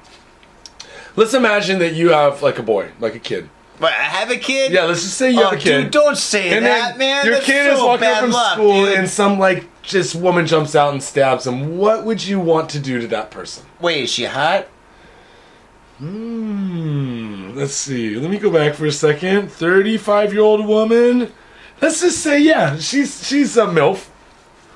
let's imagine that you have like a boy, like a kid. But I have a kid. Yeah, let's just say you Oh, have a kid. dude, don't say and that, then man. Your That's kid so is walking bad up from luck, school, dude. and some like just woman jumps out and stabs him. What would you want to do to that person? Wait, is she hot? Hmm. Let's see. Let me go back for a second. Thirty-five-year-old woman. Let's just say, yeah, she's she's a milf.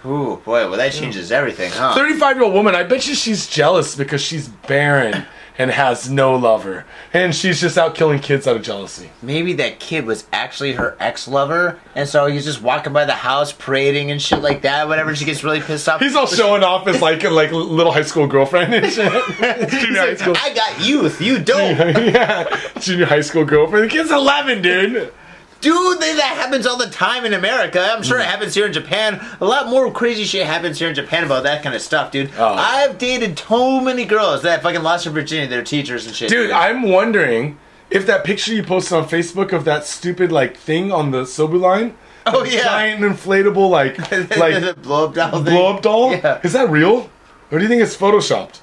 Ooh, boy, well that changes everything, huh? 35 year old woman, I bet you she's jealous because she's barren and has no lover, and she's just out killing kids out of jealousy. Maybe that kid was actually her ex lover, and so he's just walking by the house parading and shit like that. Whenever she gets really pissed off, He's all showing off his like like little high school girlfriend and shit. Junior high school. I got youth, you don't. yeah, junior high school girlfriend. The kid's eleven, dude. Dude, that that happens all the time in America. I'm sure Mm. it happens here in Japan. A lot more crazy shit happens here in Japan about that kind of stuff, dude. Oh. I've dated so many girls that fucking lost their virginity, their teachers and shit. Dude, I'm wondering if that picture you posted on Facebook of that stupid like thing on the Sobu line. Oh, the yeah. giant inflatable like like the blow up doll thing. blow up doll. Yeah. Is that real, or do you think it's photoshopped?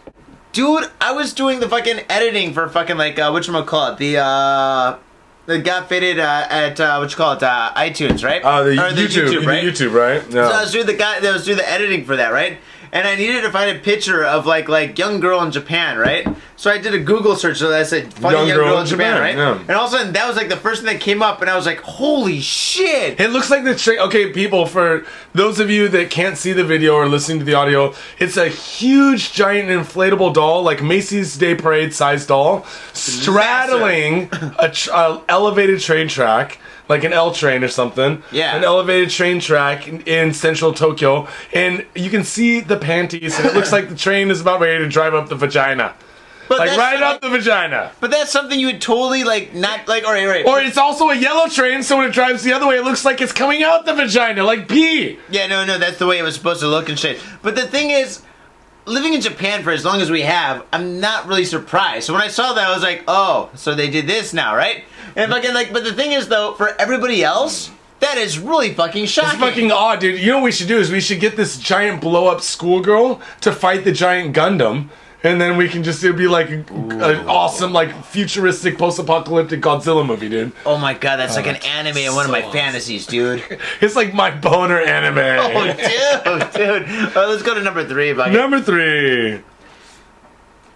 Dude, I was doing the fucking editing for fucking like uh, what you call it? The uh, that got fitted uh, at uh, what you call it? Uh, iTunes, right? Uh, the, Or YouTube, the YouTube, right? Yeah. So I was doing the guy that was doing the editing for that, right? And I needed to find a picture of like like young girl in Japan, right? So I did a Google search so that I said funny young, girl, in Japan, right? yeah. And all of a sudden that was like the first thing that came up and I was like, Holy shit. It looks like the chick. Okay, people, for those of you that can't see the video or listening to the audio, it's a huge, giant inflatable doll, like Macy's Day Parade size doll, straddling a, tr- a elevated train track, like an L train or something. Yeah. An elevated train track in, in central Tokyo, and you can see the panties, and it looks like the train is about ready to drive up the vagina, But like that's right something- up the vagina. But that's something you would totally like not like all right, all right. Or it's also a yellow train, so when it drives the other way, it looks like it's coming out the vagina, like pee. Yeah, no, no, that's the way it was supposed to look and shit. But the thing is, living in Japan for as long as we have, I'm not really surprised. So when I saw that, I was like, oh, so they did this now, right? And fucking like, but the thing is though, for everybody else, that is really fucking shocking. It's fucking odd, dude. You know what we should do is we should get this giant blow up schoolgirl to fight the giant Gundam. And then we can just, it'd be like an awesome, like futuristic post apocalyptic Godzilla movie, dude. oh my god, that's like an anime in one of so my awesome. fantasies, dude. It's like my boner anime. oh, dude, dude. Well, let's go to number three, buddy. Number three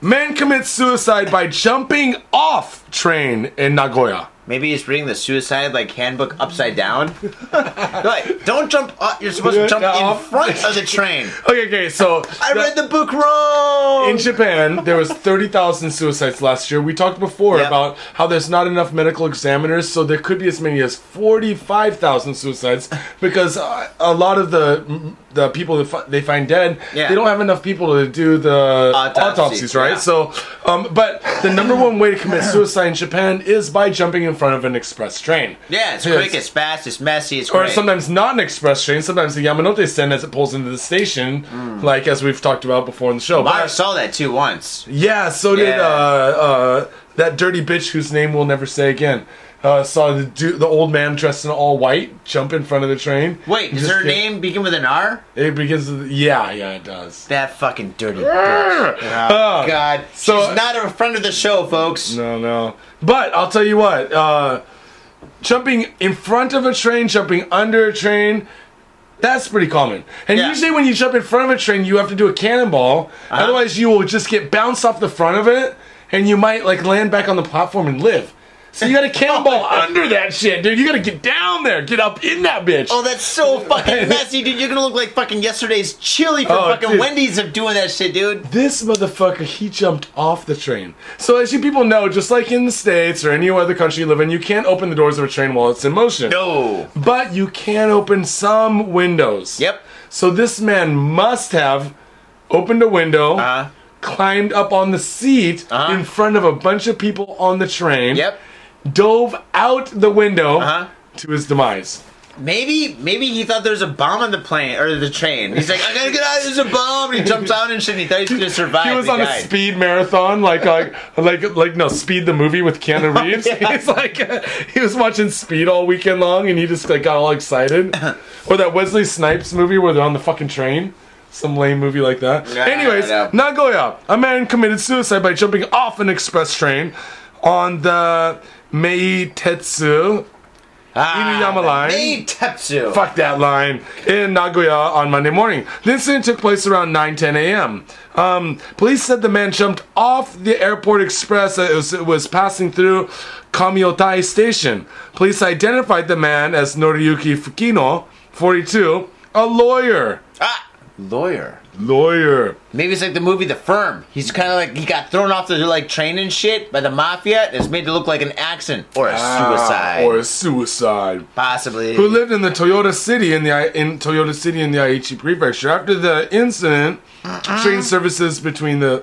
Man commits suicide by jumping off train in Nagoya. Maybe he's reading the suicide like handbook upside down. like, don't jump. Off. You're supposed to jump in Off. front of the train. Okay, okay, so. I read the book wrong. in Japan, there was 30,000 suicides last year. We talked before Yep. about how there's not enough medical examiners, so there could be as many as 45,000 suicides because uh, a lot of the the people that fi- they find dead, Yeah. they don't have enough people to do the Autopsies, autopsies, right? yeah. So, um, but the number one way to commit suicide in Japan is by jumping in front of an express train. Yeah, it's Yes. quick, it's fast, it's messy, it's Or great. sometimes not an express train. Sometimes the Yamanote Sen as it pulls into the station, Mm. like as we've talked about before in the show. I But- saw that too once. yeah, so did uh, Yeah. uh, that dirty bitch whose name we'll never say again. Uh, saw the du- the old man dressed in all white jump in front of the train. Wait, He does just her came- name begin with an R? It begins. With, yeah, yeah, it does. That fucking dirty bitch. Uh, Oh, God. Ah! so- She's not a friend of the show, folks. No, no. But I'll tell you what. Uh, jumping in front of a train, jumping under a train. That's pretty common. And Yeah. Uh-huh. usually, when you jump in front of a train, you have to do a cannonball. Otherwise, you will just get bounced off the front of it, and you might like land back on the platform and live. So you got to cannonball under that shit, dude. You got to get down there, get up in that bitch. Oh, that's so fucking messy, dude. You're gonna look like fucking yesterday's chili from Oh, fucking dude. Wendy's of doing that shit, dude. this motherfucker he jumped off the train so as you people know just like in the states or any other country you live in you can't open the doors of a train while it's in motion No. but you can open some windows Yep. so this man must have opened a window Uh-huh. climbed up on the seat Uh-huh. in front of a bunch of people on the train Yep. dove out the window Uh-huh. to his demise Maybe, maybe he thought there was a bomb on the plane or the train. He's like, I gotta get out. There's a bomb. And he jumps out and shit. And he thought he's gonna survive. He was and on a died. speed marathon, like like like like no speed the movie with Keanu Reeves. He's like uh, he was watching Speed all weekend long, and he just like got all excited. or that Wesley Snipes movie where they're on the fucking train, some lame movie like that. Yeah, Anyways, yeah. Nagoya, a man committed suicide by jumping off an express train on the Meitetsu Ah, Inuyama line. Mei Tepsu. fuck that line in Nagoya on Monday morning. The incident took place around 9 10 a.m. Um, police said the man jumped off the airport express that it was, it was passing through Kamiotai Station. Police identified the man as Noriyuki Fukino, 42, a lawyer. Ah, lawyer. lawyer. Maybe it's like the movie The Firm. He's kind of like he got thrown off the like train and shit by the mafia. and It's made to look like an accident or a Ah, suicide, or a suicide. possibly. Who lived in the Toyota City in the I- in Toyota City in the Aichi Prefecture. After the incident, Uh-uh. train services between the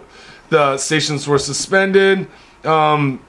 the stations were suspended. Um,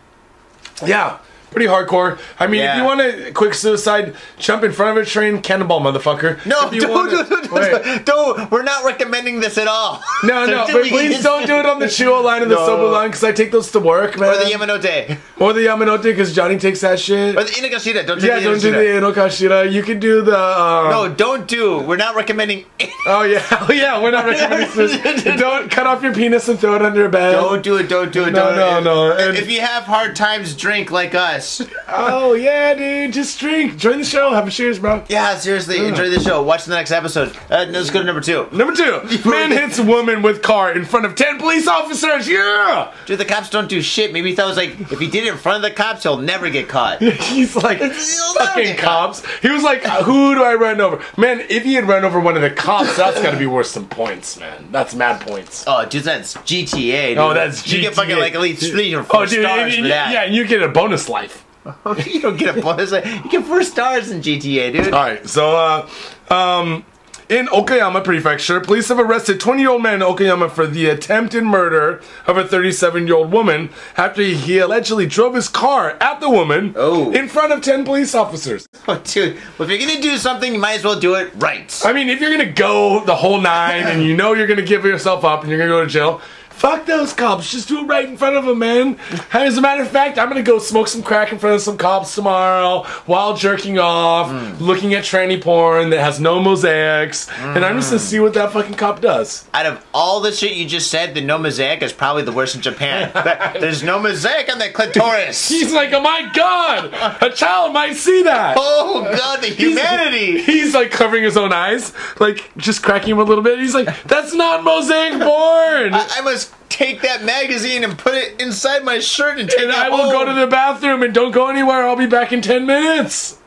yeah, pretty hardcore. I mean, if Yeah. you want a quick suicide, jump in front of a train, cannonball, motherfucker. no, If you don't, wanna- don't, don't, wait. don't, don't. We're not recommending this at all. No, no, but please don't do it on the Chuo line or the No. Sobo line because I take those to work, man. Or the Yamanote. Or the Yamanote because Johnny takes that shit. Or the Inagashita. Don't do yeah, the don't do the Inagashita. Enokashira. You can do the. Um, No, don't do. We're not recommending. Oh yeah, oh yeah. We're not recommending this. Don't cut off your penis and throw it under a bed. Don't do it. Don't do it. No, don't. no, no, and- If, if you have hard times, drink like us. Oh yeah, dude. Just drink. Join the show. Have a cheers, bro. Yeah, seriously. Enjoy the show. Watch the next episode. Uh, let's go to number two. Number two, man hits woman with car in front of ten police officers. Yeah. Dude, the cops don't do shit. Maybe he thought it was like, if he did it in front of the cops, he'll never get caught. He's like It's allowed fucking to cops. He was like, "Uh, "Who do I run over?" Man, if he had run over one of the cops, that's got to be worth some points, man. That's mad points. Oh, dude, that's GTA. Dude. Oh, that's You get fucking GTA. like at least three or four Oh, dude, stars and- for and- that. yeah, and you get a bonus life. you don't get a bonus. Like, you get four stars in GTA, dude. All right, so uh, um, in Okayama Prefecture, police have arrested 20-year-old man in Okayama for the attempted murder of a 37-year-old woman after he allegedly drove his car at the woman Oh. in front of 10 police officers. Oh, dude, well, if you're gonna do something, you might as well do it right. I mean, if you're gonna go the whole nine and you know you're gonna give yourself up and you're gonna go to jail, fuck those cops. Just do it right in front of them, man. As a matter of fact, I'm gonna go smoke some crack in front of some cops tomorrow while jerking off, looking at tranny porn that has no mosaics, and I'm just gonna see what that fucking cop does. Out of all the shit you just said, the no mosaic is probably the worst in Japan. That- There's no mosaic on the clitoris. He's like, oh my god, a child might see that. Oh god, the humanity. He's like covering his own eyes, like just cracking him a little bit. He's like, that's not mosaic porn. I must take that magazine and put it inside my shirt and take and it I will go home. to the bathroom and don't go anywhere. I'll be back in 10 minutes.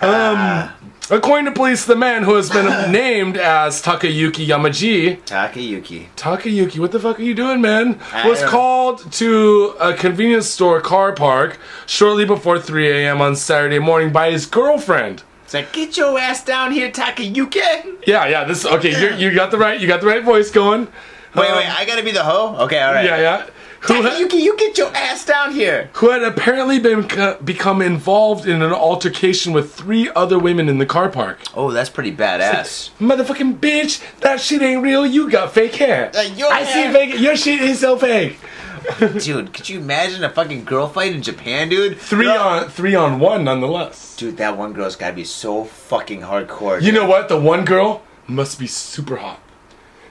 Um, according to police, the man who has been named as Takayuki Yamaji, Takayuki. Takayuki, what the fuck are you doing, man? I Was don't- called to a convenience store car park shortly before 3 a.m. on Saturday morning by his girlfriend. It's like, get your ass down here, Takayuki. Yeah, yeah, this okay. You're, you got the right, you got the right voice going. Wait, Um, wait, I gotta be the hoe? Okay, alright. yeah, yeah. Who ha- Takayuki, you get your ass down here. who had apparently been become involved in an altercation with three other women in the car park. Oh, that's pretty badass. Motherfucking bitch, that shit ain't real. You got fake hair. Uh, your I see hair- fake. Your shit is so fake. Dude, could you imagine a fucking girl fight in Japan, dude? Three No. on three on one, nonetheless. Dude, that one girl's gotta be so fucking hardcore. You dude. know what? The one girl must be super hot.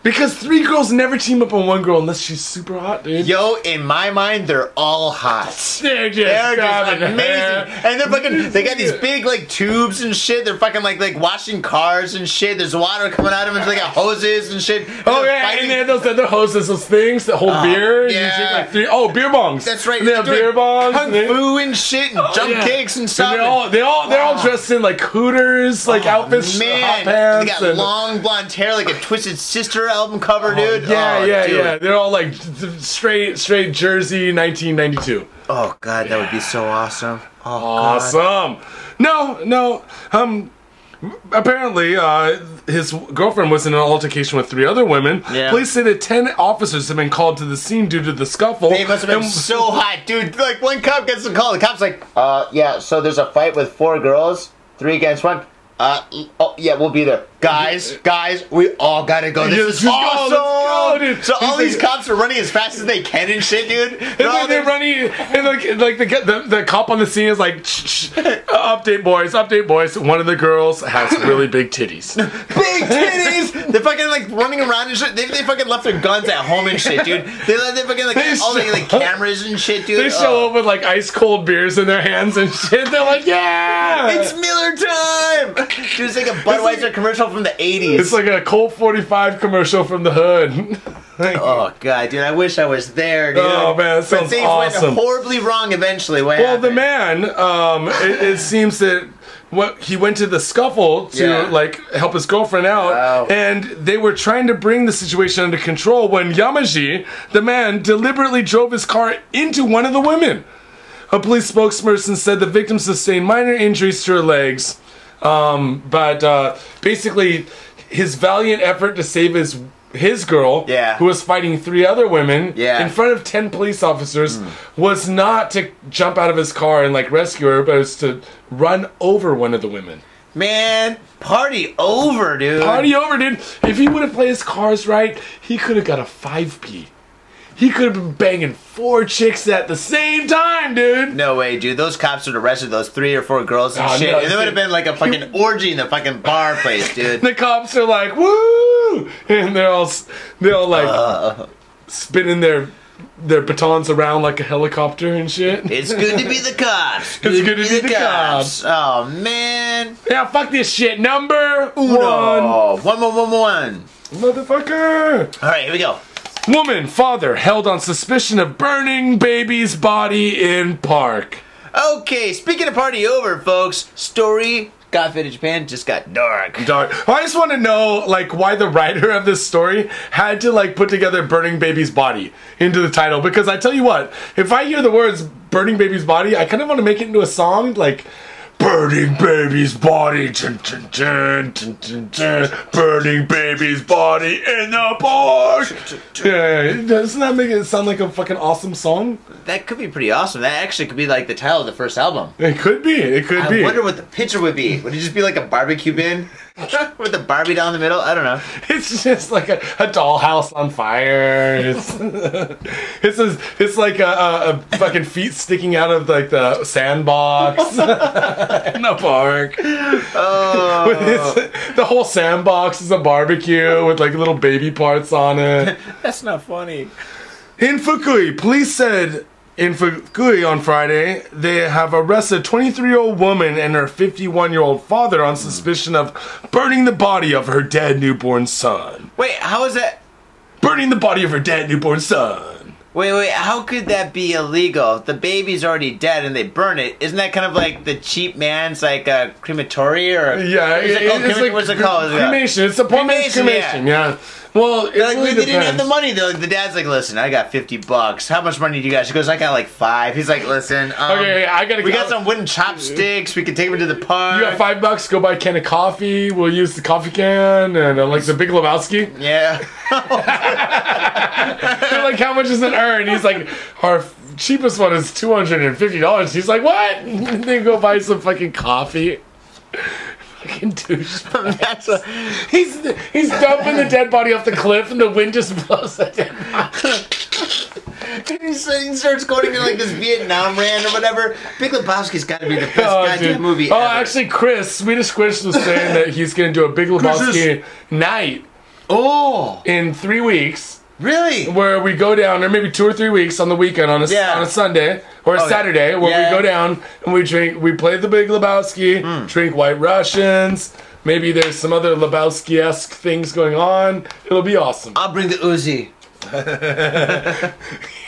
Because three girls never team up on one girl unless she's super hot, dude. Yo, in my mind, they're all hot. They're just, They're just grabbing amazing, hair. and they're fucking. They got these big like tubes and shit. They're fucking like like washing cars and shit. There's water coming out of them. They got hoses and shit. And Oh they're yeah, fighting. Uh, and they have those other hoses, those things that hold beer. and you yeah. drink, like, three- oh, beer bongs. That's right. And they have they're beer doing bongs. kung and they- Oh, fu and shit, and jump Yeah. kicks and stuff. Oh, They all, they all, they're all dressed in like hooters, like outfits, hot Man, they pants. got and- long blonde hair like a Twisted Sister album cover, dude. Yeah, Oh, yeah, dude. yeah. They're all like th- straight, straight Jersey, 1992. Oh god, that would be so awesome. Oh, God. Awesome. No, no. Um, apparently, uh, his girlfriend was in an altercation with three other women. Yeah. Police say that ten officers have been called to the scene due to the scuffle. They must have been And- so hot, dude. Like one cop gets the call, the cop's like, "Uh, yeah, so there's a fight with four girls, three against one. Uh, oh yeah, we'll be there, guys. Guys, we all gotta go. This Yeah, is let's go, awesome, let's go, dude. So all He's these like- cops are running as fast as they can and shit, dude. They're And all like they're there- running, and like like the, the the cop on the scene is like, "Shh, shh, update boys, update boys. One of the girls has really big titties. big titties. They're fucking like running around and shit. They, they fucking left their guns at home and shit, dude. They let they fucking like They all the show- like cameras and shit, dude. They show Oh. up with like ice cold beers in their hands and shit. They're like, Oh. yeah, It's Miller time. Dude, it's like a Budweiser commercial from the '80s. It's like a Colt 45 commercial from the hood. Thank you. Oh god, dude! I wish I was there. Dude. Oh, man, that But sounds things awesome. went horribly wrong eventually. What Well, the happened? man, um, it, it seems that what he went to the scuffle to Yeah. like help his girlfriend out, Wow. and they were trying to bring the situation under control when Yamaji, the man, deliberately drove his car into one of the women. A police spokesperson said the victim sustained minor injuries to her legs, um, but uh, basically, his valiant effort to save his his girl, Yeah. who was fighting three other women, Yeah. in front of 10 police officers was not to jump out of his car and like rescue her, but it was to run over one of the women. man, party over, dude. Party over, dude. If he would have played his cards right, he could have got a 5P. He could have been banging four chicks at the same time, dude. No way, dude. Those cops would have arrested those three or four girls and Oh, shit. no, and there would have dude. been like a fucking orgy in the fucking bar place, dude. The cops are like, woo! And they're all, s- they're all like spinning their their batons around like a helicopter and shit. It's good to be the cops. It's good to be the Oh man. yeah, fuck this shit. Number one. Oh, one, one, one, one. Motherfucker! All right, here we go. Woman, father, held on suspicion of burning baby's body in park. Okay, speaking of party over, folks. Story got fit in Japan just got dark. Dog. I just want to know, like, why the writer of this story had to, like, put together burning baby's body into the title. Because I tell you what, if I hear the words burning baby's body, I kind of want to make it into a song, like, burning baby's body, dun, dun, dun, dun, dun, dun, burning baby's body in the park. Yeah, yeah, yeah. doesn't that make it sound like a fucking awesome song? That could be pretty awesome. That actually could be like the title of the first album. It could be. It could I be. wonder what the picture would be. Would it just be like a barbecue bin with a Barbie down the middle? I don't know. It's just like a, a dollhouse on fire. It's it's, a, it's like a, a, a fucking feet sticking out of like the sandbox in the park. It's- the whole sandbox is a barbecue with like little baby parts on it. That's not funny. In Fukui, police said in Fukui on Friday they have arrested a 23 year old woman and her 51 year old father on suspicion of burning the body of her dead newborn son. Wait, how is that? burning the body of her dead newborn son. Wait, wait, how could that be illegal? The baby's already dead and they burn it. Isn't that kind of like the cheap man's like a crematory or Yeah, What's it it- called? it's Crema- like what's it called? Yeah. Cremation. It's a poor man's Cremation, yeah. cremation. Yeah. Well, it Like, really they didn't have depends. the money though. The dad's like, "Listen, I got fifty bucks. How much money do you got?" She goes, "I got like five. He's like, "Listen, um, Okay, I gotta We go- got some wooden chopsticks. We can take them to the park. You got five bucks. Go buy a can of coffee. We'll use the coffee can and uh, like the Big Lebowski. Yeah, They're like, how much is an urn? He's like, our cheapest one is two hundred and fifty dollars. He's like, what? And they go buy some fucking coffee. Fucking douche. that's a, He's he's dumping the dead body off the cliff, and the wind just blows the dead body. he starts going into like this Vietnam rant or whatever. Big Lebowski's got to be the best goddamn dude. movie. Oh, ever. actually, Chris, Swedish Chris was saying that he's going to do a Big Lebowski night oh, in three weeks, really? where we go down, or maybe two or three weeks on the weekend on a Yeah. Oh, on a Sunday or a yeah. Saturday, where Yeah. Hmm. we go down and we drink, we play the Big Lebowski, drink White Russians. Maybe there's some other Lebowski-esque things going on. It'll be awesome. I'll bring the Uzi.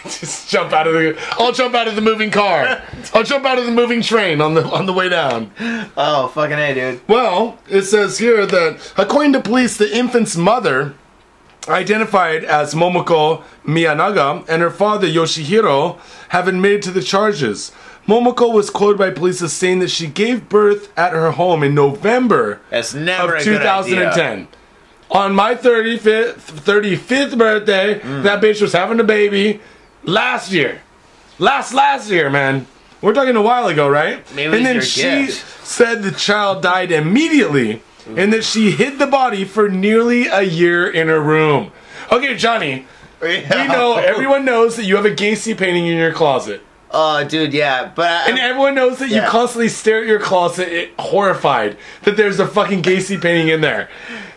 Just jump out of the. I'll jump out of the moving car. I'll jump out of the moving train on the on the way down. Oh, fucking a, dude. Well, it says here that according to police, the infant's mother, identified as Momoko Miyanaga, and her father Yoshihiro, have admitted to the charges. Momoko was quoted by police as saying that she gave birth at her home in November That's never of a good idea. 2010. On my 35th, 35th birthday, Mm. that bitch was having a baby last year. Last, last year, man. We're talking a while ago, right? Maybe it was and then your she gift. said the child died immediately and that she hid the body for nearly a year in her room. Okay, Johnny, we know everyone knows that you have a Gacy painting in your closet. Oh, dude, yeah, but I, And everyone knows that you Yeah. constantly stare at your closet it, horrified that there's a fucking Gacy painting in there.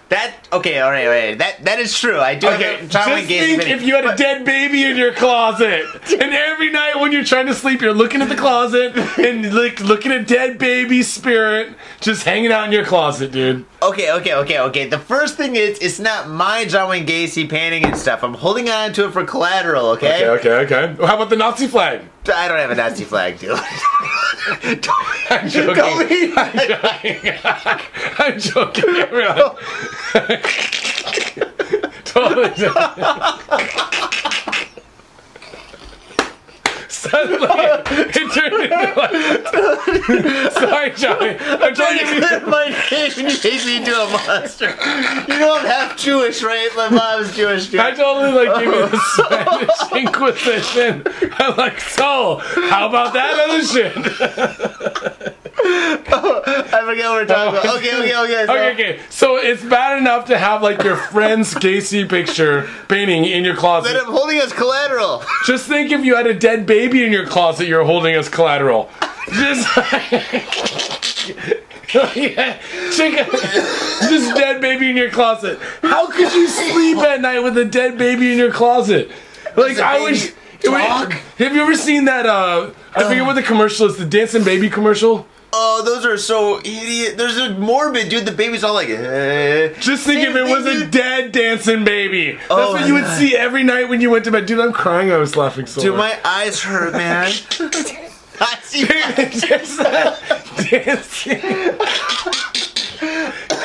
That okay, all right, all right. That that is true. I do have Okay, a just John Wayne Gacy think video. if you had a dead baby in your closet, and every night when you're trying to sleep, you're looking at the closet and like looking at dead baby spirit just hanging out in your closet, dude. Okay, okay, okay, okay. The first thing is, it's not my John Wayne Gacy painting and stuff. I'm holding on to it for collateral. Okay. okay, okay. How about the Nazi flag? I don't have a Nazi flag, dude. I'm joking. Don't mean I'm joking. I'm joking, everyone. totally joking. Suddenly, it turned into like. Sorry, Johnny. I'm trying you to. put my John Gacy into a monster. You know I'm half Jewish, right? My mom's Jewish. Dude. I totally like gave you the Spanish Inquisition. I'm like, so, how about that other shit? I forget what we're talking about. Okay, okay, okay. So, Oh, Okay, okay. So it's bad enough to have like your friend's Gacy picture painting in your closet. But I'm holding as collateral. Just think if you had a dead baby in your closet you're holding as collateral. Just yeah, check out this dead baby in your closet. How could you sleep at night with a dead baby in your closet? Like a I baby was. it was- dog? Have you ever seen that? Uh, I forget what the commercial is. The dancing baby commercial. Oh, those are so idiot. There's a morbid dude. The baby's all like, eh. Just think if it was a Dude. dead dancing baby. That's Oh what my you would God. see every night when you went to bed. Dude, I'm crying. I was laughing so dude, hard. my eyes hurt, man. I see. just that dancing.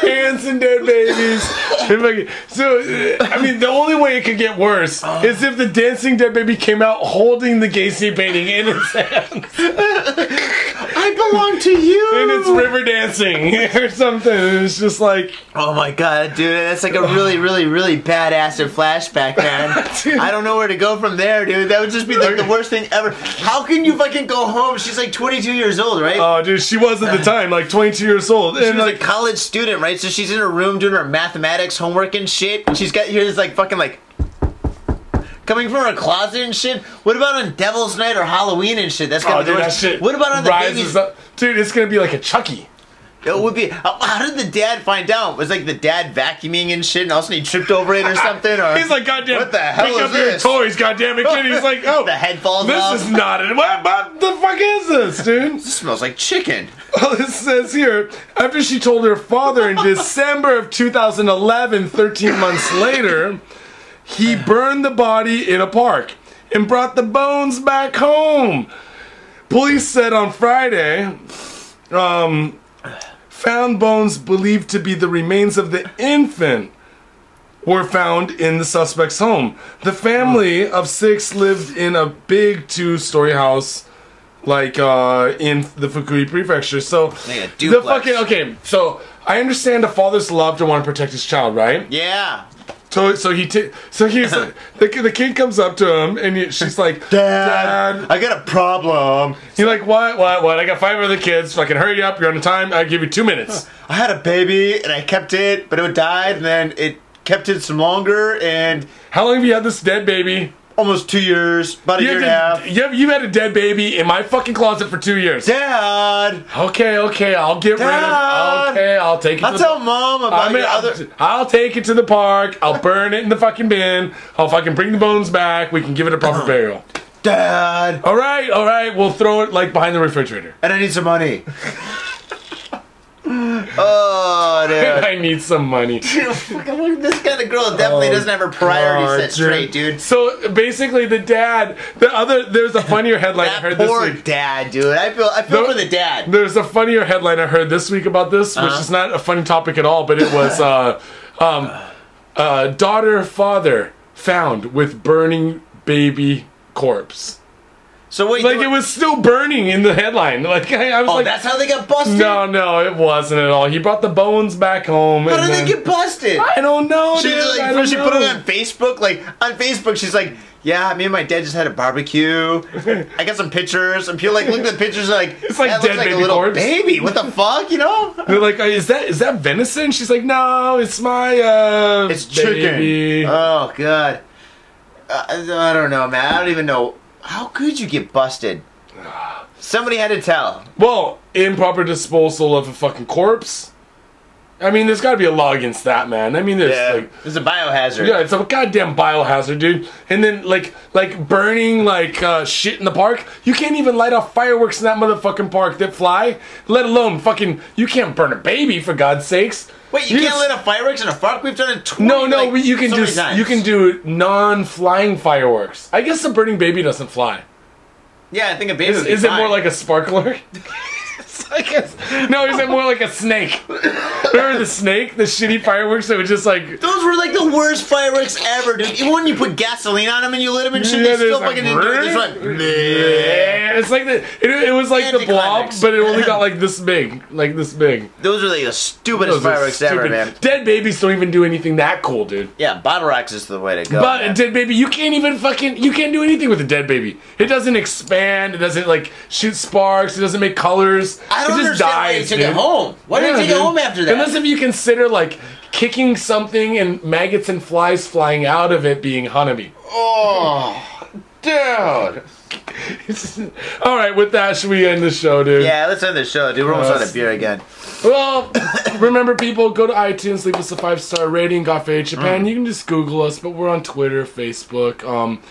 Dancing dead babies. If I could- So, uh, I mean, the only way it could get worse is if the dancing dead baby came out holding the Gacy painting in its hand I belong to you. and it's river dancing or something. And it's just like, Oh my god, dude, that's like a really, really, really bad acid flashback, man. Dude. I don't know where to go from there, dude. That would just be like the worst thing ever. How can you fucking go home? She's like 22 years old, right? oh, dude, she was at the time, like 22 years old. she and was like, a college student, right? So she's in her room doing her mathematics homework and shit. And she's got here's like fucking like coming from her closet and shit. What about on Devil's Night or Halloween and shit? That's oh, gotta be dude, the that worst. shit What about on the rises baby's? up. Dude, it's going to be like a Chucky. It would be. How, how did the dad find out? Was like the dad vacuuming and shit, and all of a sudden he tripped over it or something? Or He's like, goddamn, What the hell pick is up this?" your toys, goddamn it, kid. He's like, oh, The head falls This off. is not it. What, what the fuck is this, dude? This smells like chicken. Well, it says here after she told her father in December of 2011, 13 months later, he burned the body in a park and brought the bones back home. Police said on Friday, um, found bones believed to be the remains of the infant were found in the suspect's home. The family Hmm. of six lived in a big two story house, like uh, in the Fukui prefecture. So a the duplex. fucking okay. So I understand a father's love to want to protect his child, right? Yeah. So so he t- so he's like, the ki- the kid comes up to him and he- she's like, Dad. I got a problem. You're like, what, what, what? I got five other kids. Fucking hurry up. You're on time. I give you two minutes. I had a baby and I kept it, but it died, and then it kept it some longer and How long have you had this dead baby? almost two years, about a You year have and a half. to- you have, you've had a dead baby in my fucking closet for two years. Dad, Okay, okay, I'll get rid Dad! of. Okay, I'll take it. I'll to tell the, mom about I mean, your I'll, other. I'll take it to the park. I'll burn it in the fucking bin. I'll fucking bring the bones back. We can give it a proper burial. Dad, All right, all right. We'll throw it like behind the refrigerator. and I need some money. oh, dude. I need some money. this kind of girl definitely Oh, doesn't have her priorities God, set straight, dude. So basically, the dad, the other, there's a funnier headline I That heard poor this week. dad, dude. I feel I feel The- for the dad. There's a funnier headline I heard this week about this, Uh-huh. which is not a funny topic at all, but it was uh, um, uh, daughter father found with burning baby corpse. So wait, Like you- it was still burning in the headline. Like I, I was oh, like, that's how they got busted. no, no, it wasn't at all. He brought the bones back home. How and did then- they get busted? I don't know. She dude, I like don't she put it know. on Facebook. Like on Facebook, she's like, "Yeah, me and my dad just had a barbecue. I got some pictures." And people like look at the pictures, like it's like that dead looks like baby a little corpse." baby. What the fuck, you know? They're like, is that is that venison? She's like, no, it's my uh, It's chicken. baby." Oh god, uh, I don't know, man. I don't even know how could you get busted. Somebody had to tell. well, improper disposal of a fucking corpse, I mean, there's got to be a law against that, man. I mean, there's Yeah, like. it's a biohazard. Yeah, it's a goddamn biohazard, dude. And then like like burning like uh, shit in the park. You can't even light off fireworks in that motherfucking park that fly. Let alone fucking. You can't burn a baby for God's sakes. Wait, you, can't just- light up fireworks in a park? We've done it twice. No, no, we you can so do many times. you can do non-flying fireworks. I guess the burning baby doesn't fly. Yeah, I think a baby. Is, would be is it more fine. like a sparkler? I guess. No, is it more like a snake? Remember the snake, the shitty fireworks that would just like. Those were like the worst fireworks ever, dude. Even when you put gasoline on them and you lit them and shit, they Yeah, still there's like- fucking didn't do it. It's like, meh. Yeah, it's like the it, it was like the blob, Anticlimax. but it only got like this big, like this big. Those were like the stupidest Those are fireworks ever, stupid. man. Dead babies don't even do anything that cool, dude. Yeah, bottle rocks is the way to go. But a man. dead baby, you can't even fucking you can't do anything with a dead baby. It doesn't expand. It doesn't like shoot sparks. It doesn't make colors. I don't it just understand why they dies. took dude. it home. Why did Yeah, they take dude. it home after that? Unless if you consider like kicking something and maggots and flies flying out of it being hanabi. oh, dude. All right, with that, should we end the show, dude? Yeah, let's end the show, dude. We're almost out of beer again. Well, remember, people, go to iTunes, leave us a five star rating, Gafe Mm. Japan. You can just Google us, but we're on Twitter, Facebook, um,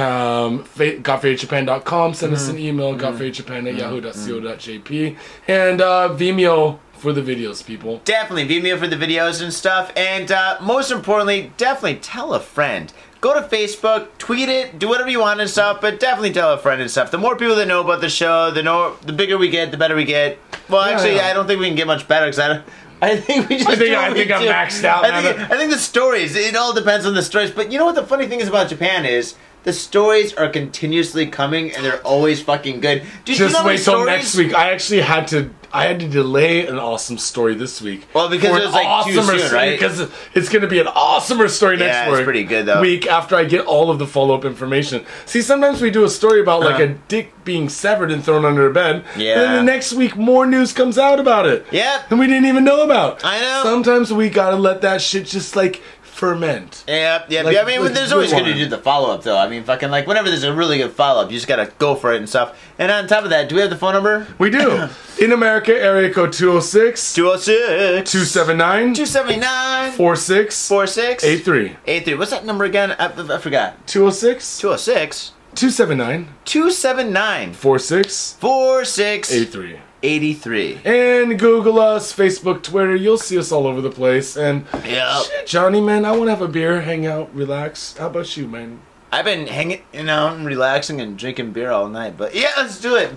um, fa- gotfadejapan.com. Send Mm. us an email, gotfadejapan at yahoo.co.jp. And uh, Vimeo for the videos, people. Definitely Vimeo for the videos and stuff. And uh, most importantly, definitely tell a friend. Go to Facebook, tweet it, do whatever you want and stuff, but definitely tell a friend and stuff. The more people that know about the show, the know, the bigger we get, the better we get. Well, actually, yeah. I don't think we can get much better because I don't. I think we just. I think- I think I'm maxed out, I think, man. I think the stories. It all depends on the stories. But you know what the funny thing is about Japan is the stories are continuously coming and they're always fucking good. Did you know Just how many wait till stories- next week. I actually had to. I had to delay an awesome story this week. Well, because for it was, an like, too awesomer soon, story, right? Because it's going to be an awesomer story next Yeah, it's week- pretty good, though. Week after I get all of the follow up information. See, sometimes we do a story about like a dick being severed and thrown under a bed. And Uh-huh. Yeah. then the next week, more news comes out about it. Yep. And we didn't even know about. I know. Sometimes we gotta let that shit just like ferment. Yep, yep. Like, yeah, I mean, like, there's always good going to one. do the follow up, though. I mean, fucking, like, whenever there's a really good follow up, you just got to go for it and stuff. And on top of that, do we have the phone number? We do. In America, area code 206 206 279 279 46 46 83. 83. What's that number again? I, I forgot. 206 206 279 279 46 46 83. 83. And Google us, Facebook, Twitter, you'll see us all over the place. And Yep. shit, Johnny, man, I want to have a beer, hang out, relax. How about you, man? I've been hanging you know, and relaxing and drinking beer all night, but yeah, let's do it.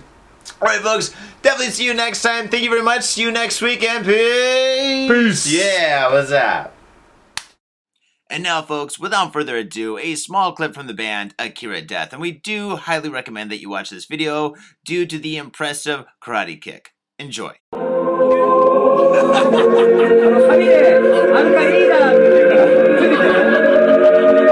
All right, folks. Definitely see you next time. Thank you very much. See you next week and peace. Peace. Yeah, what's up? And now, folks, without further ado, a small clip from the band Akira Death, and we do highly recommend that you watch this video due to the impressive karate kick. Enjoy. 髪で、あんたいいなって言うから、ついてきて。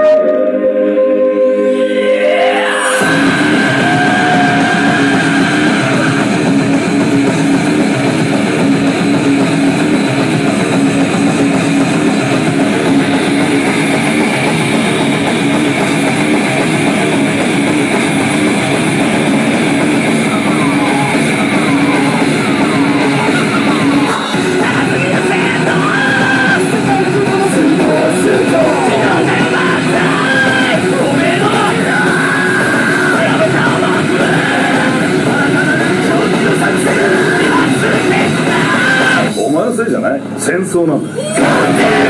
お前のせいじゃない戦争なんだ